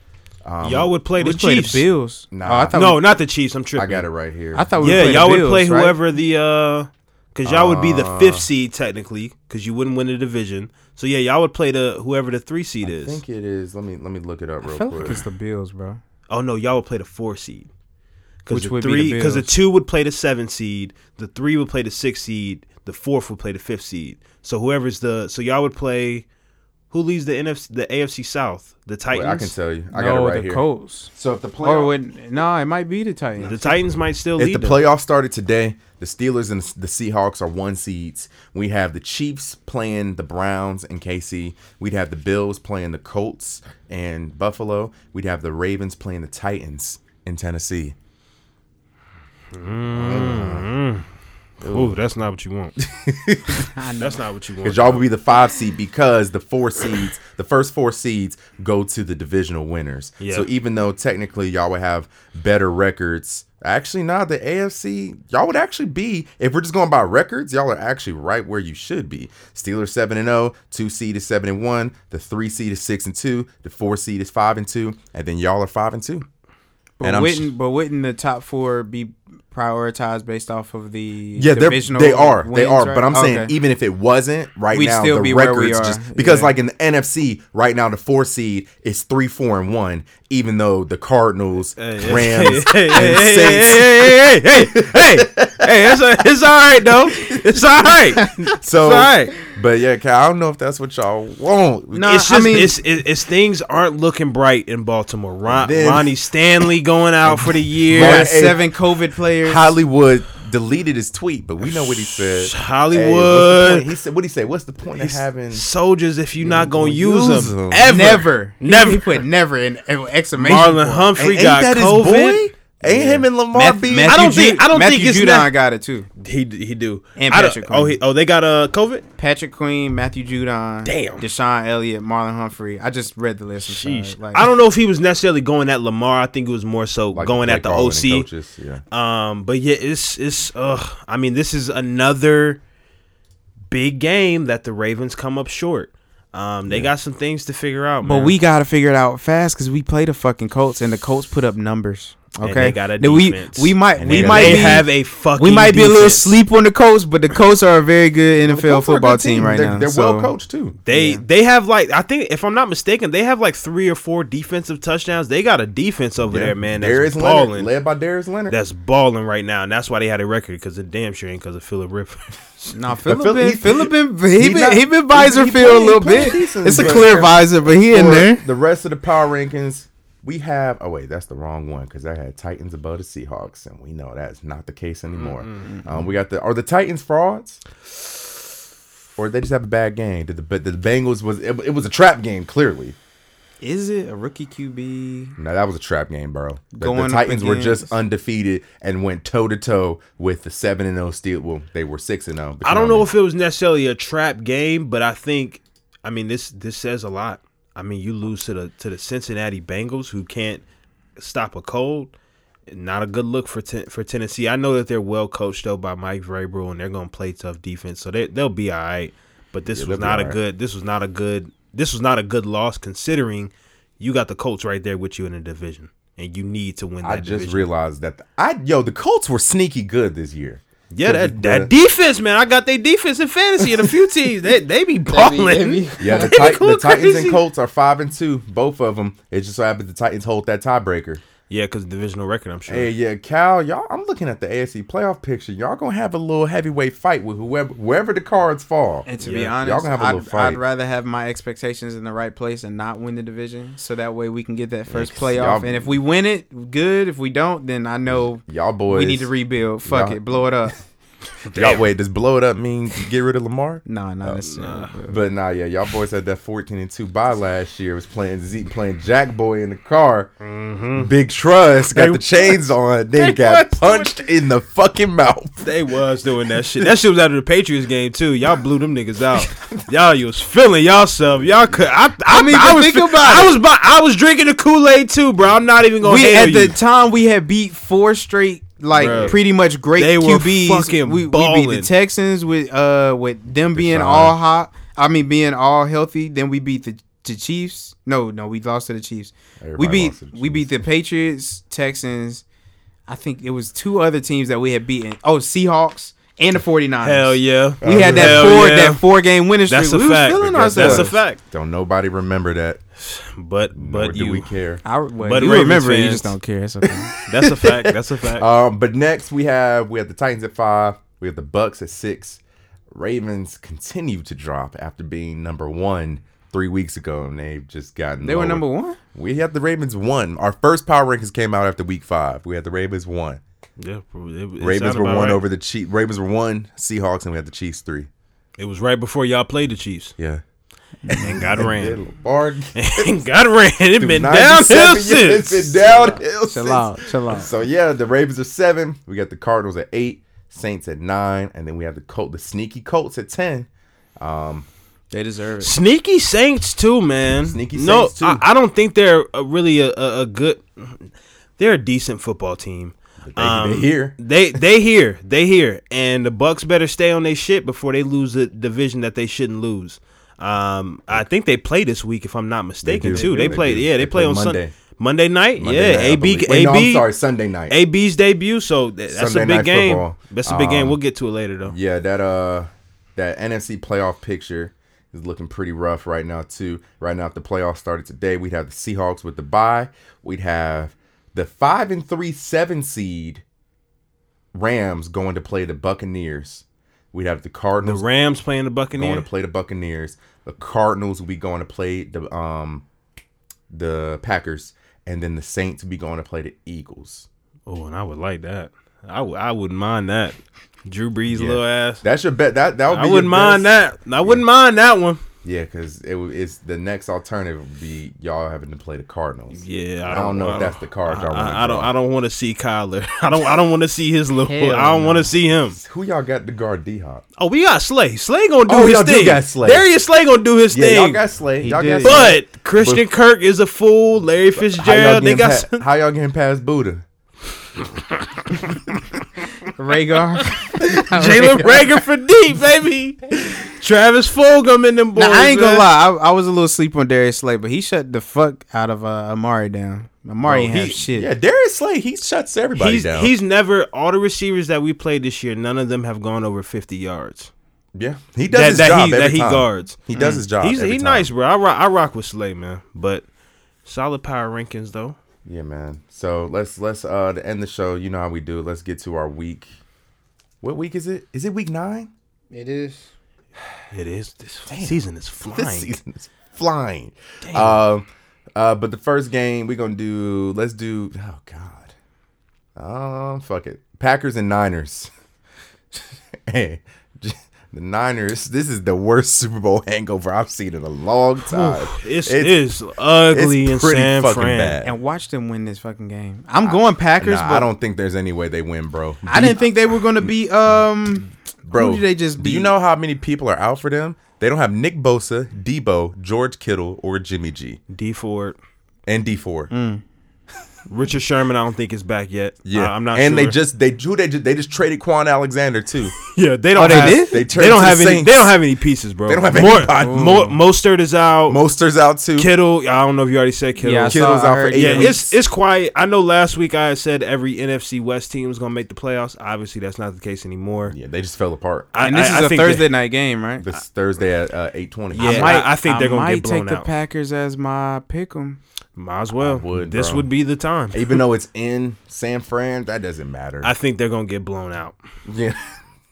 A: Um,
C: y'all would play the
B: we play the
C: Chiefs.
B: Bills.
A: Nah.
B: Oh, I thought
C: no, not the Chiefs. I'm tripping.
A: I got it right here.
B: I thought we
C: yeah,
B: played the
C: y'all would
B: Bills,
C: play
B: right?
C: whoever the uh because y'all would be
A: Uh.
C: the fifth seed technically because you wouldn't win the division. So yeah, y'all would play the whoever the three seed
A: I
C: is.
A: think it is. Let me let me look it up
B: I
A: real
B: felt like
A: quick.
B: it's the Bills, bro.
C: Oh no, y'all would play the four seed. Because
B: Which
C: the
B: would be the
C: three, because the,
B: Bills.
C: two would play the seven seed, the three would play the six seed, the fourth would play the fifth seed. So whoever's the, so y'all would play. Who leads the NFC, the AFC South? The
A: Wait,
C: Titans.
A: I can tell you. I got
B: no,
A: it right
B: the
A: here.
B: Colts.
A: So if the playoff
B: Or when, no, it might be the Titans.
C: The Titans might still
A: If
C: lead.
A: the
C: them.
A: playoffs started today, the Steelers and the Seahawks are one seeds. We have the Chiefs playing the Browns and KC. We'd have the Bills playing the Colts and Buffalo. We'd have the Ravens playing the Titans in Tennessee.
C: Ooh, that's not what you want. that's not what you want.
A: Because y'all would be the five seed because the four seeds, the first four seeds go to the divisional winners.
C: Yeah.
A: So even though technically y'all would have better records, actually not the AFC, y'all would actually be, if we're just going by records, y'all are actually right where you should be. Steelers 7 and 0, 2 seed is 7 and 1, the 3 seed is 6 and 2, the 4 seed is 5 and 2, and then y'all are 5 and 2. and
B: But
A: I'm
B: wouldn't, but wouldn't the top four be prioritized based off of the
A: Yeah, they're,
B: divisional
A: they are. they
B: wins,
A: are.
B: right?
A: But I'm saying
B: Okay.
A: even if it wasn't right
B: We'd
A: now,
B: still
A: the
B: be where
A: records
B: we are.
A: just because
B: Yeah.
A: like in the NFC right now, the four seed is three, four, and one. Even though the Cardinals,
C: hey,
A: Rams,
C: hey, hey,
A: and
C: hey,
A: Saints,
C: hey, hey, hey, hey, hey, hey, hey, it's, it's all right though. It's all right.
A: so
C: It's all right.
A: but yeah, Cal, I don't know if that's what y'all want.
B: No,
C: it's
B: I
C: just
B: mean-
C: it's, it- it's things aren't looking bright in Baltimore. Ron,
A: Then-
C: Ronnie Stanley going out for the year.
B: They
A: Right.
B: got seven COVID players.
A: Hollywood deleted his tweet, but we know what he said.
C: Hollywood.
A: Hey, what's the point? he said, "What he say? What's the point of having?"
C: soldiers if you're not gonna
A: gonna
C: use,
A: use 'em.
C: them, ever.
B: Never,
C: Never.
B: He put never in in exclamation.
C: Marlon
B: point.
C: Humphrey
A: And ain't
C: got
A: that
C: COVID.
A: his boy? Ain't him and Lamar
B: Matthew-
A: being?
B: Matthew
C: I don't think-
B: Ju-
C: I don't
B: Matthew
C: think it's
B: Judon
C: not-
B: got it too.
C: He he do.
B: And
C: I don't-
B: Patrick
C: oh he,
B: Queen.
C: oh they got uh COVID.
B: Patrick Queen, Matthew Judon,
C: Damn.
B: Deshaun Elliott, Marlon Humphrey. I just read the list. I'm sorry.
C: Sheesh.
B: Like,
C: I don't know if he was necessarily going at Lamar. I think it was more so
A: Like
C: going
A: play
C: at the
A: calling and
C: OC.
A: coaches, Yeah.
C: Um, but yeah, it's it's. Ugh. I mean, this is another big game that the Ravens come up short. Um, they got some things to figure out.
B: But
C: man.
B: we gotta figure it out fast because we play the fucking Colts and the Colts put up numbers. Okay,
C: they got a
B: Then we
C: defense.
B: we might
A: And
B: we
A: they
B: might
C: they
B: be,
C: have a fucking.
B: we might be a little
C: defense.
B: sleep on the Colts, but the Colts are a very good
A: The
B: NFL
A: Colts are a good
B: football team right
A: they're,
B: now.
A: They're
B: so-
A: well coached too.
C: They they have like I think if I'm not mistaken, they have like three or four defensive touchdowns. They got a defense over
A: Yeah.
C: there, man.
A: Darius
C: That's
A: Leonard,
C: balling.
A: led by Darius Leonard.
C: That's balling right now, and that's why they had a record because it damn sure ain't because of Philip Rivers.
B: Nah, Philip
A: Phil-
B: been
A: he-
B: Philip been
A: he
B: he been
A: not-
B: he been
A: he-
B: visor
A: he
B: field a
A: played-
B: little
A: played
B: bit.
A: decent,
B: It's a
A: but-
B: clear visor, but he in
A: For
B: there.
A: The rest of the power rankings we have. Oh wait, that's the wrong one because I had Titans above the Seahawks, and we know that's not the case anymore.
C: Mm-hmm.
A: Um, we got the are the Titans frauds, or they just have a bad game? Did the but the Bengals was it, it was a trap game clearly.
B: Is it a rookie QB?
A: No, that was a trap game, bro. The- The,
B: Going up
A: Titans were just
B: against-
A: undefeated and went toe to toe with the seven and zero Steel. Well, they were six and oh zero.
C: I don't know if it was necessarily a trap game, but I think I mean this this says a lot. I mean, you lose to the to the Cincinnati Bengals who can't stop a cold. Not a good look for ten, for Tennessee. I know that they're well coached though by Mike Vrabel, and they're going to play tough defense, so they they'll be all right. But this
A: Yeah,
C: was
A: they'll be
C: not a
A: all right.
C: good. This was not a good. This was not a good loss considering you got the Colts right there with you in the division, and you need to win that
A: I just
C: division.
A: realized that the, I yo the Colts were sneaky good this year.
C: yeah, that, that
A: the-
C: defense, man. I got their defense in fantasy in a few teams. They they be balling.
A: Yeah, the,
C: They
A: Tit-
C: go
A: the Titans and
C: crazy.
A: Colts are five and two, both of them. It just so happens the Titans hold that tiebreaker.
C: Yeah, because divisional record, I'm sure.
A: Hey, yeah, Cal, y'all. I'm looking at the AFC playoff picture. Y'all gonna have a little heavyweight fight with whoever, wherever the cards fall.
B: And to
C: Yeah.
B: be
C: Y'all
B: honest,
A: gonna have a
B: I'd,
A: little fight.
B: I'd rather have my expectations in the right place and not win the division, so that way we can get that first
A: 'cause
B: playoff.
A: y'all-
B: And if we win it, good. If we don't, then I know
A: Y'all boys,
B: we need to rebuild. Fuck
A: y'all-
B: it, blow it up.
A: y'all wait. Does blow it up mean get rid of Lamar?
B: Nah, not necessarily. but-
A: But Oh, nah, yeah, y'all boys had that 14 and two bye last year. Was playing Zeke playing Jack Boy in the car.
C: Mm-hmm.
A: Big Trust got the chains on. They got punched in the fucking mouth.
C: They was doing that shit. That shit was out of the Patriots game too. Y'all blew them niggas out. Y'all you was feeling yourself. Y'all could. I, I,
B: I mean,
C: mean, I
B: but
C: was
B: think
C: fe-
B: about
C: I
B: it.
C: was bu- I was drinking the Kool Aid too, bro. I'm not even gonna.
B: we
C: hate
B: at
C: you.
B: the time we had beat four straight like
C: Bruh.
B: pretty much great
C: They were
B: QBs.
C: fucking
B: we, we beat the
C: ballin'.
B: Texans with uh with them being
A: Deshaun.
B: all hot. I mean being all healthy. Then we beat the, the Chiefs. No, no, we lost to the Chiefs.
A: Everybody
B: we
A: lost
B: beat
A: to the
B: we beat the Patriots, Texans. I think it was two other teams that we had beaten. Oh, Seahawks and the 49ers.
C: hell yeah.
B: We had that
C: Hell
B: four
C: yeah.
B: that four game winning streak.
C: That's a
B: we was
C: fact.
B: feeling
A: Because
B: ourselves.
C: That's a fact.
A: Don't nobody remember that.
C: But
A: But
C: but
A: do we
C: you.
A: care?
B: I, well,
C: But
B: you
C: Ravens
B: remember it, you
C: fans-
B: just don't care. It's okay.
C: That's a fact. That's a fact.
A: Um, but next we have we have the Titans at five, we have the Bucks at six. Ravens continue to drop after being number one three weeks ago, and they've just gotten.
B: they were
A: lower.
B: number one.
A: We had the Ravens one. Our first power rankings came out after week five. We had the Ravens one.
C: yeah, it- it
A: Ravens
C: sounded
A: were
C: about
A: one
C: right.
A: over the Chiefs. Ravens were one Seahawks, and we had the Chiefs three.
C: It was right before y'all played the Chiefs
A: Yeah,
C: and got ran.
A: Bard
C: and got ran. It been
A: 97
C: downhill
A: years,
C: since.
A: It's been downhill since.
B: Chill out, chill out.
A: So yeah, the Ravens are seven. We got the Cardinals at eight, Saints at nine, and then we have the Colt, the sneaky Colts at ten.
B: They deserve it.
C: Sneaky Saints too, man.
A: Sneaky
C: no,
A: Saints, too.
C: I, I don't think they're a, really a, a, a good. They're a decent football team. Um,
A: They, they here.
C: They they here, they here, and the Bucks better stay on their shit before they lose the division that they shouldn't lose. Um, I think they play this week, if I'm not mistaken,
A: do.
C: too.
A: They
C: They,
A: do.
C: play,
A: They
C: yeah, they,
A: play
C: play, on
A: Monday.
C: Sunday, Monday night,
A: Monday
C: yeah.
A: night, I
C: AB,
A: believe. Wait, no, I'm
C: AB,
A: sorry, Sunday night.
C: AB's debut, so th- that's
A: Sunday
C: a big
A: night
C: game.
A: football.
C: That's a big game.
A: Um,
C: We'll get to it later though.
A: yeah, that uh, that NFC playoff picture is looking pretty rough right now too. Right now, if the playoffs started today, we'd have the Seahawks with the bye. We'd have the five and three seven seed Rams going to play the Buccaneers. We'd have the
C: The
A: Cardinals
C: Rams playing the
A: going
C: Buccaneers.
A: to play the Buccaneers. The Cardinals will be going to play the um the Packers, and then the Saints will be going to play the Eagles.
C: Oh, and I would like that. I w- I wouldn't mind that. Drew Brees
A: Yeah.
C: little ass.
A: That's your bet. That that would be
C: I
A: your
C: wouldn't mind
A: best-
C: that. I wouldn't mind that one.
A: Yeah, because it w- it's the next alternative would be y'all having to play the Cardinals.
C: Yeah,
A: I don't know if that's the card
C: I,
A: y'all want.
C: I, I don't. I don't want to see Kyler. I don't. I don't want to see his little.
B: Hell
C: I don't
B: no.
C: want to see him.
A: Who y'all got to guard D Hop?
C: Oh, we got Slay. Slay gonna do
A: Oh,
C: his
A: y'all do
C: thing.
A: got Slay.
C: Darius Slay gonna do his
A: Yeah, y'all
C: thing.
A: got Slay. Y'all got
B: did.
A: Slay.
C: but Christian Kirk is a fool. Larry
A: how y'all
C: Fitzgerald. They
A: getting
C: got.
A: pa- how y'all getting past Buddha?
B: Rhaegar.
C: Jalen Rager for deep, baby. Travis Fulgham and them boys.
B: Nah, I ain't gonna
C: man.
B: lie. I, I was a little sleep on Darius Slay, but he shut the fuck out of uh, Amari down. Amari ain't
A: he-
B: have shit.
A: Yeah, Darius Slay, he shuts everybody
C: He's,
A: down.
C: he's never all the receivers that we played this year. None of them have gone over fifty yards.
A: yeah, he does
C: that-
A: his
C: that
A: job
C: he-
A: every
C: that he
A: time.
C: guards.
A: He does his job.
C: He's
A: every
C: he
A: time.
C: nice, bro. I rock, I rock with Slay, man. But solid power rankings though.
A: Yeah, man. So let's let's uh to end the show. You know how we do. it. Let's get to our week. What week is it? Is it week nine?
D: It is.
C: It is this season is flying.
A: This season is flying. Um, uh, but the first game we're gonna do. Let's do. Oh God. Um, fuck it. Packers and Niners. hey, j- the Niners. This is the worst Super Bowl hangover I've seen in a long time.
C: It's, it's, ugly
A: it's
C: in
A: pretty
C: San
A: fucking
C: Fran.
A: bad.
B: And watch them win this fucking game. I'm going Packers,
A: Nah,
B: but
A: I don't think there's any way they win, bro.
B: I didn't think they were gonna be. Um,
A: Bro,
B: Who did they just
A: do you
B: beat?
A: know how many people are out for them? They don't have Nick Bosa, Debo, George Kittle, or Jimmy G
C: D Ford,
A: and D four.
B: Mm.
C: Richard Sherman. I don't think is back yet.
A: Yeah,
C: I, am not.
A: And
C: sure.
A: they just they who they just, they just traded Quan Alexander too.
C: yeah they don't
B: they
C: have,
B: did?
A: Oh, They
C: they,
A: turned
C: don't
A: to
C: have
A: the
C: any
A: Saints.
C: they don't have any pieces, bro.
A: They don't have Mm.
C: More,
A: anybody.
C: Mo, Mostert is out.
A: Mosters out too.
C: Kittle, I don't know if you already said Kittle.
B: Yeah, I
C: Yeah,
B: saw-
A: Kittle's out for
B: heard-
A: eight
B: yeah,
A: weeks.
C: it's it's quiet. I know last week I had said every NFC West team was gonna make the playoffs. Obviously, that's not the case anymore.
A: yeah, they just fell apart.
C: I,
B: and this
C: I-
B: is
C: I
B: a
C: think
B: Thursday
C: that-
B: night game, right?
A: This Thursday at uh, eight twenty.
C: Yeah. I- I think they're gonna
B: might
C: get blown
B: take
C: out.
B: the Packers as my pick'em.
C: might as well.
A: I would,
C: this
A: bro.
C: would be the time.
A: even though it's in San Fran, that doesn't matter.
C: I think they're gonna get blown out.
A: yeah,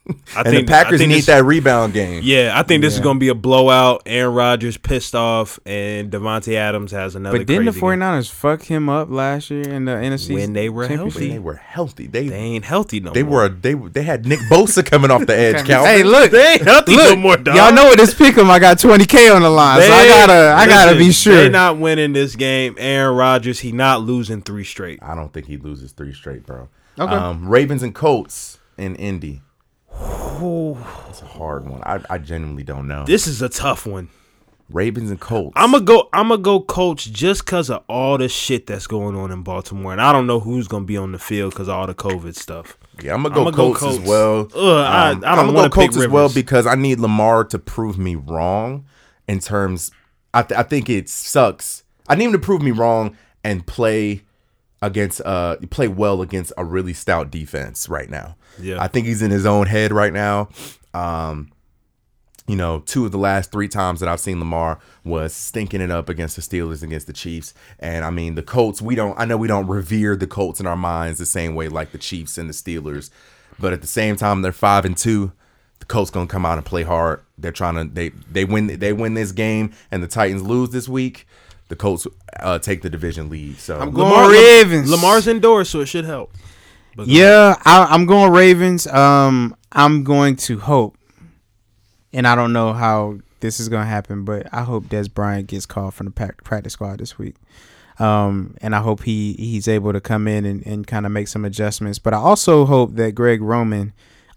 C: I
A: and
C: think
A: the Packers
C: I think
A: need
C: this-
A: that rebound game.
C: Yeah, I think this is gonna be a blowout. Aaron Rodgers pissed off, and Devontae Adams has another.
B: But didn't the
C: crazy game.
B: 49ers fuck him up last year in the NFC?
C: When they were
B: championship?
A: When they were healthy. They
C: They
A: they,
C: ain't healthy no more.
A: were they they had Nick Bosa coming off the edge. Calvin.
B: Hey, look,
C: They ain't healthy
B: look,
C: no more, dog.
B: y'all know with this pick'em, I got 20k on the line, so I
C: They-
B: gotta, I gotta
C: listen,
B: be sure.
C: They're not winning this game. Aaron Rodgers, he not losing three straight.
A: I don't think he loses three straight, bro.
B: Okay.
A: Um, Ravens and Colts in Indy. That's a hard one. I, I genuinely don't know.
C: This is a tough one.
A: Ravens and Colts.
C: I'm gonna go. I'm gonna go coach just because of all the shit that's going on in Baltimore, and I don't know who's gonna be on the field because of all the COVID stuff.
A: yeah, I'm gonna go
C: I'ma go
A: Colts, as
C: Colts.
A: well. Um,
C: Ugh, I- I don't
A: I'ma
C: wanna
A: go Colts
C: pick
A: as well
C: Rivers.
A: because I need Lamar to prove me wrong in terms. I th- I think it sucks. I need him to prove me wrong and play against uh play well against a really stout defense right now.
C: Yeah.
A: I think he's in his own head right now. Um, you know, two of the last three times that I've seen Lamar was stinking it up against the Steelers, against the Chiefs. And I mean, the Colts, we don't, I know we don't revere the Colts in our minds the same way like the Chiefs and the Steelers. But at the same time, they're five and two. The Colts gonna come out and play hard. They're trying to they they win they win this game and the Titans lose this week. The Colts uh, take the division lead. So
B: I'm going Ravens.
C: Lamar's indoors, so it should help. But go
B: Yeah, I, I'm going Ravens. Um, I'm going to hope, and I don't know how this is going to happen, but I hope Des Bryant gets called from the pac- practice squad this week. Um, and I hope he he's able to come in and, and kind of make some adjustments. But I also hope that Greg Roman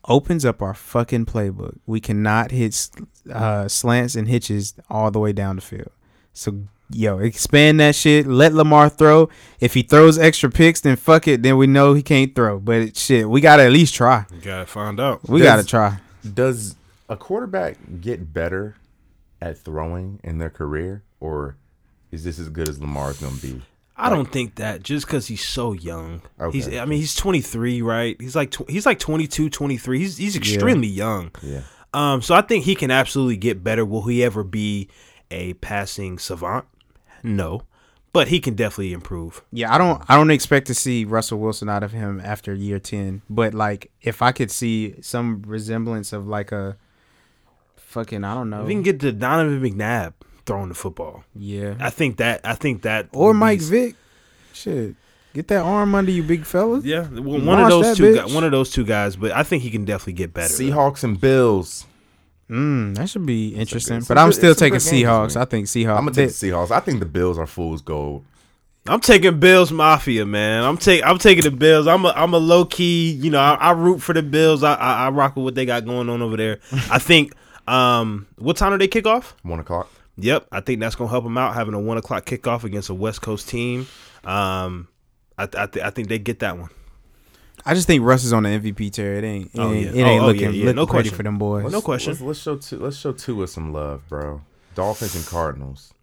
B: opens up our fucking playbook. We cannot hit s- uh, slants and hitches all the way down the field. So yo, expand that shit. Let Lamar throw. If he throws extra picks, then fuck it. Then we know he can't throw. But it, shit, we gotta at least try.
C: ahead. gotta find out.
B: We
A: Does-
B: gotta try.
A: Does a quarterback get better at throwing in their career, or is this as good as Lamar's gonna be?
C: I don't think that just because he's so young.
A: Okay.
C: He's, I mean, he's 23, right? He's like tw- he's like 22, 23. He's he's extremely young.
A: Yeah.
C: Um, so I think he can absolutely get better. Will he ever be a passing savant? No, but he can definitely improve.
B: Yeah, I don't I don't expect to see Russell Wilson out of him after year ten. But like if I could see some resemblance of like a fucking I don't know.
C: If he can get to Donovan McNabb throwing the football,
B: yeah.
C: I think that I think that
B: Or
C: would be-
B: Mike Vick. Shit. Get that arm under you, big fella.
C: Yeah, well, one of
B: Watch
C: those
B: that
C: two,
B: bitch.
C: gu- one of those two guys. But I think he can definitely get better.
A: Seahawks and Bills.
B: Mm, that should be interesting.
A: it's a
B: but
A: good-
B: I'm still
A: it's a good
B: taking
A: game this
B: Seahawks.
A: week.
B: I think Seahawks.
A: I'm gonna take
B: They-
A: the Seahawks. I think the Bills are fool's gold.
C: I'm taking Bills Mafia, man. I'm take I'm taking the Bills. I'm a I'm a low key. You know, I, I root for the Bills. I, I I rock with what they got going on over there. I think. Um, what time do they kick off?
A: One o'clock.
C: Yep, I think that's gonna help them out having a one o'clock kickoff against a West Coast team. Um, I th- I, th- I think they get that one.
B: I just think Russ is on the MVP tier. It ain't. It
C: Oh,
B: ain't,
C: yeah.
B: it ain't
C: Oh, oh,
B: looking,
C: yeah, yeah.
B: looking
C: No
B: pretty
C: question.
B: for them boys.
C: No question.
A: Let's, let's show two. Let's show two us some love, bro. Dolphins and Cardinals.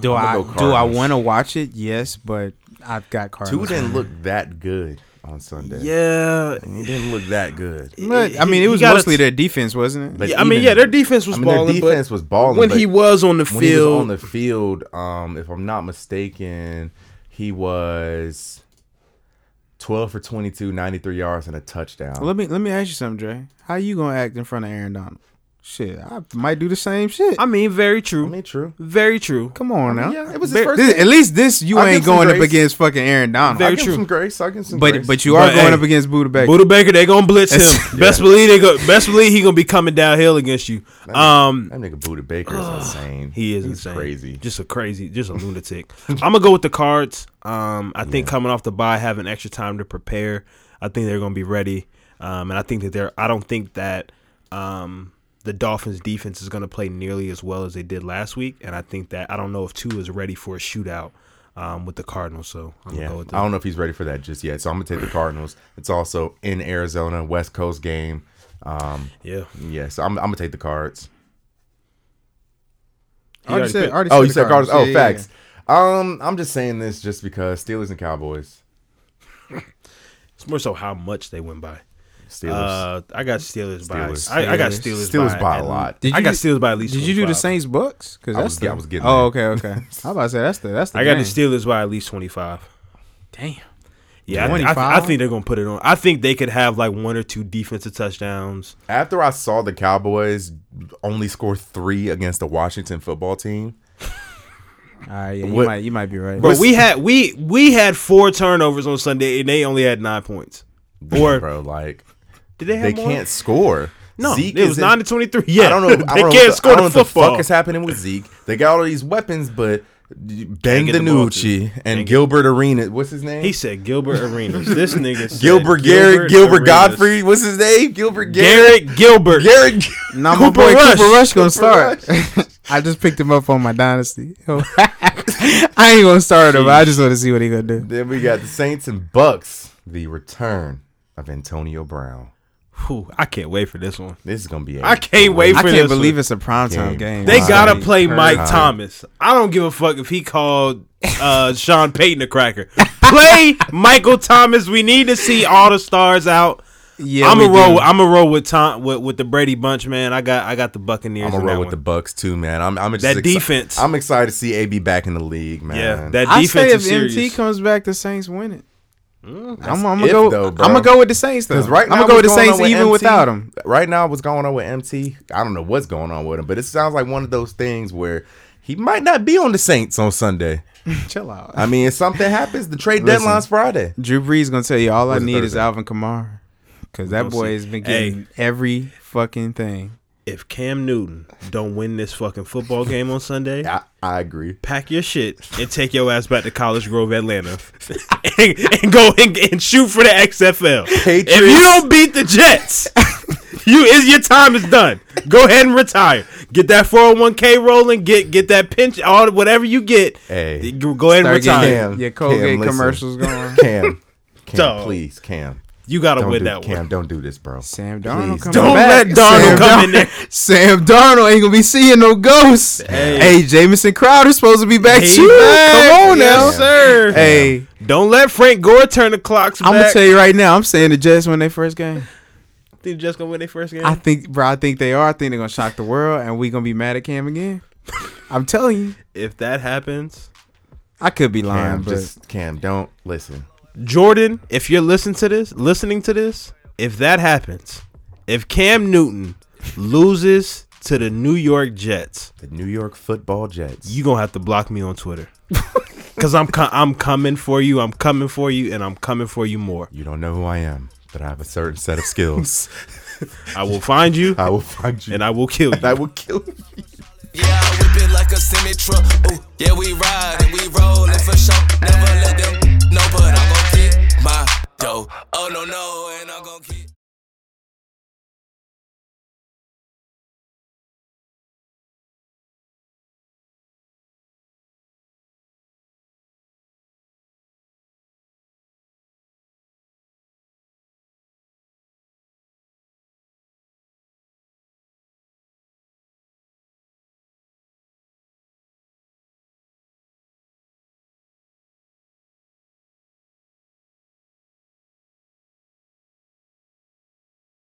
B: Do
A: I'ma
B: I
A: go
B: do I
A: Cardinals.
B: want to watch it? Yes, but I've got
A: Two
B: Cardinals.
A: didn't look that good on Sunday.
C: Yeah.
A: He didn't look that good.
B: Look, I mean, it
C: You
B: was
C: gotta-
B: mostly their defense, wasn't it?
A: But
C: Yeah, I mean,
A: even-
C: yeah, their defense was
A: I mean,
C: balling,
A: their defense
C: but
A: was balling.
C: when
A: but
C: he was on the
A: when he was on
C: field,
A: the field, um, if I'm not mistaken, he was 12 for 22, 93 yards and a touchdown.
B: Let me let me ask you something, Dre. How you gonna act in front of Aaron Donald? Shit, I might do the same shit.
C: I mean, very true,
A: I mean, true.
C: very true.
B: Come on now.
A: yeah, it was his
B: Bar-
A: first
B: this-
A: game.
B: at least this you
A: I'll give
B: ain't
A: some
B: going up
A: grace.
B: against fucking Aaron Donald.
A: I
C: Very
A: give
C: true.
A: him some grace. I give him some
B: but
A: grace.
B: but you are
C: But,
B: going
C: hey,
B: up against Buda Baker.
C: Buda Baker, they gonna blitz him. Best believe they go. Best believe he gonna be coming downhill against you. Um,
A: that nigga Buda Baker is insane.
C: he is
A: He's
C: insane.
A: crazy.
C: just a crazy, just a lunatic. I'm gonna go with the cards. Um, I think coming off the bye, having extra time to prepare, I think they're gonna be ready. Um, and I think that they're. I don't think that um, the Dolphins' defense is gonna play nearly as well as they did last week. And I think that I don't know if two is ready for a shootout um, with the Cardinals. So I'm
A: Yeah,
C: gonna go with
A: I
C: the
A: don't know if he's ready for that just yet. So I'm gonna take the Cardinals. It's also in Arizona, West Coast game. Um,
C: yeah.
A: yeah, so I'm, I'm gonna take the Cards.
B: I already
C: already
B: said,
C: picked-
B: I already
A: Oh,
B: said
A: you
B: the
A: said Cardinals. Oh,
B: Yeah, yeah,
A: facts. Um, I'm just saying this just because Steelers and Cowboys.
C: It's more so how much they win by.
A: Steelers.
C: Uh, I got Steelers,
A: Steelers.
C: by. I, I got
B: Steelers.
C: Steelers.
A: Steelers by a
C: at-
A: lot.
B: Did
C: I got
B: you-
C: Steelers by at least.
B: Did you do the
C: 25.
B: Saints Bucks? Because
A: I
B: that's
A: was-
B: the,
A: I was getting
B: Oh, okay, okay. How about to say that's the that's the.
C: I got the
B: game.
C: Steelers by at least twenty five.
B: Damn.
C: Yeah, I, th- I, th- I
B: 25?
C: think they're gonna put it on. I think they could have like one or two defensive touchdowns.
A: After I saw the Cowboys only score three against the Washington football team,
B: All right, yeah, you
A: What-
B: might you might be right.
C: But we had we we had four turnovers on Sunday, and they only had nine points. Or
A: bro, like
C: did they have
A: they
C: more?
A: can't score.
C: No, it
A: is
C: was
A: in-
C: nine to twenty three. Yeah,
A: I don't know.
C: they
A: I don't know
C: can't
A: what the,
C: score
A: I don't know
C: the
A: what the
C: football.
A: fuck is happening with Zeke. They got all of these weapons, but Ben
C: get the ball to.
A: DiNucci and
C: get-
A: Gilbert Arena. What's his name?
C: he said Gilbert Arenas. this nigga said
A: Gilbert Garrett, Gilbert
C: Arenas.
A: Godfrey. What's his name? Gilbert Garrett.
C: Garrett Gilbert.
A: Garrett.
B: now my
C: Cooper
B: boy
C: Rush.
B: Cooper Rush gonna
A: Cooper
B: start. I just picked him up on my dynasty. I ain't gonna start him. but I just want to see what he gonna do.
A: then we got the Saints and Bucks. The return of Antonio Brown.
C: Whew, I can't wait for this one.
A: This is gonna be. a-
C: I can't wait.
B: I
C: for
B: can't
C: this
B: believe
C: one.
B: it's a primetime
A: Game.
B: game.
C: They
A: Wow.
C: gotta
A: Wow.
C: play
A: Wow.
C: Mike
A: Wow.
C: Thomas. I don't give a fuck if he called uh, Sean Payton a cracker. Play Michael Thomas. We need to see all the stars out.
B: Yeah,
C: I'm
B: we
C: a roll.
B: do.
C: I'm a roll with Tom with, with the Brady bunch, man. I got I got the Buccaneers.
A: I'm gonna
C: in
A: roll
C: that
A: with the
C: one.
A: Bucks too, man. I'm. I'm just
C: That
A: exci-
C: defense.
A: I'm excited to see AB back in the league, man.
C: yeah. That
B: I
C: defense
B: say if
C: is serious.
B: MT comes back, the Saints win it. I'm, I'm
A: if
B: gonna go.
A: Mm, though,
B: I'm
A: bro.
B: gonna go with the Saints though.
A: Because right now,
B: I'm gonna go with
A: what's
B: the
A: going
B: Saints
A: on with
B: even
A: MT
B: without him.
A: Right now, what's going on with MT? I don't know what's going on with him, but it sounds like one of those things where he might not be on the Saints on Sunday.
B: Chill out.
A: I mean, if something happens, the trade
B: Listen.
A: deadline's Friday.
B: Drew Brees gonna tell you all I
A: What's
B: need is
A: Thursday?
B: Alvin Kamara because that
C: gonna
B: boy
C: see.
B: has been getting every fucking thing.
C: if Cam Newton don't win this fucking football game on Sunday,
A: I, I agree.
C: pack your shit and take your ass back to College Grove, Atlanta, and, and go and, and shoot for the XFL.
A: Patriots.
C: If you don't beat the Jets, you is your time is done. Go ahead and retire. Get that four hundred one k rolling. Get get that pinch. All whatever you get.
A: Hey.
C: Go ahead and
B: Start getting
C: retire.
A: Cam,
B: your Colgate
A: Cam, listen.
B: commercials going.
A: Cam, Cam,
C: Dog.
A: please, Cam,
C: You gotta
A: don't
C: win
A: do,
C: that
A: Cam,
C: one.
A: don't do this, bro.
B: Sam Darnold
A: Please
B: coming
C: don't
B: back.
C: let Darnold
B: Sam
C: come in
B: Darnold-
C: there.
B: Sam Darnold ain't gonna be seeing no ghosts. Hey, Jamison Crowder's supposed to be back
C: He
B: too.
C: back.
B: Come on now.
C: Yes, sir.
B: Hey,
C: Don't let Frank Gore turn the clocks
B: I'm gonna
C: back.
B: tell you right now. I'm saying the Jets win their first game.
C: Think the Jets gonna win their first game.
B: I think, bro. I think they are. I think they're gonna shock the world, and we gonna be mad at Cam again. I'm telling you,
C: if that happens,
B: I could be lying,
A: Cam,
B: but
A: just Cam, don't listen.
C: Jordan, if you're listening to this, listening to this, if that happens, if Cam Newton loses to the New York Jets,
A: The New York Football Jets.
C: you gonna have to block me on Twitter. Cause I'm com- I'm coming for you. I'm coming for you, and I'm coming for you more.
A: You don't know who I am, but I have a certain set of skills.
C: I will find you,
A: I will find you,
C: and I will kill
A: and I
C: you.
A: will kill you.
D: Yeah, I whip it like a semi truck. Ooh, yeah, we ride and we rollin' for sure. Never let them know, but I'm gon' get my dough. Oh no no, and I'm gon' keep.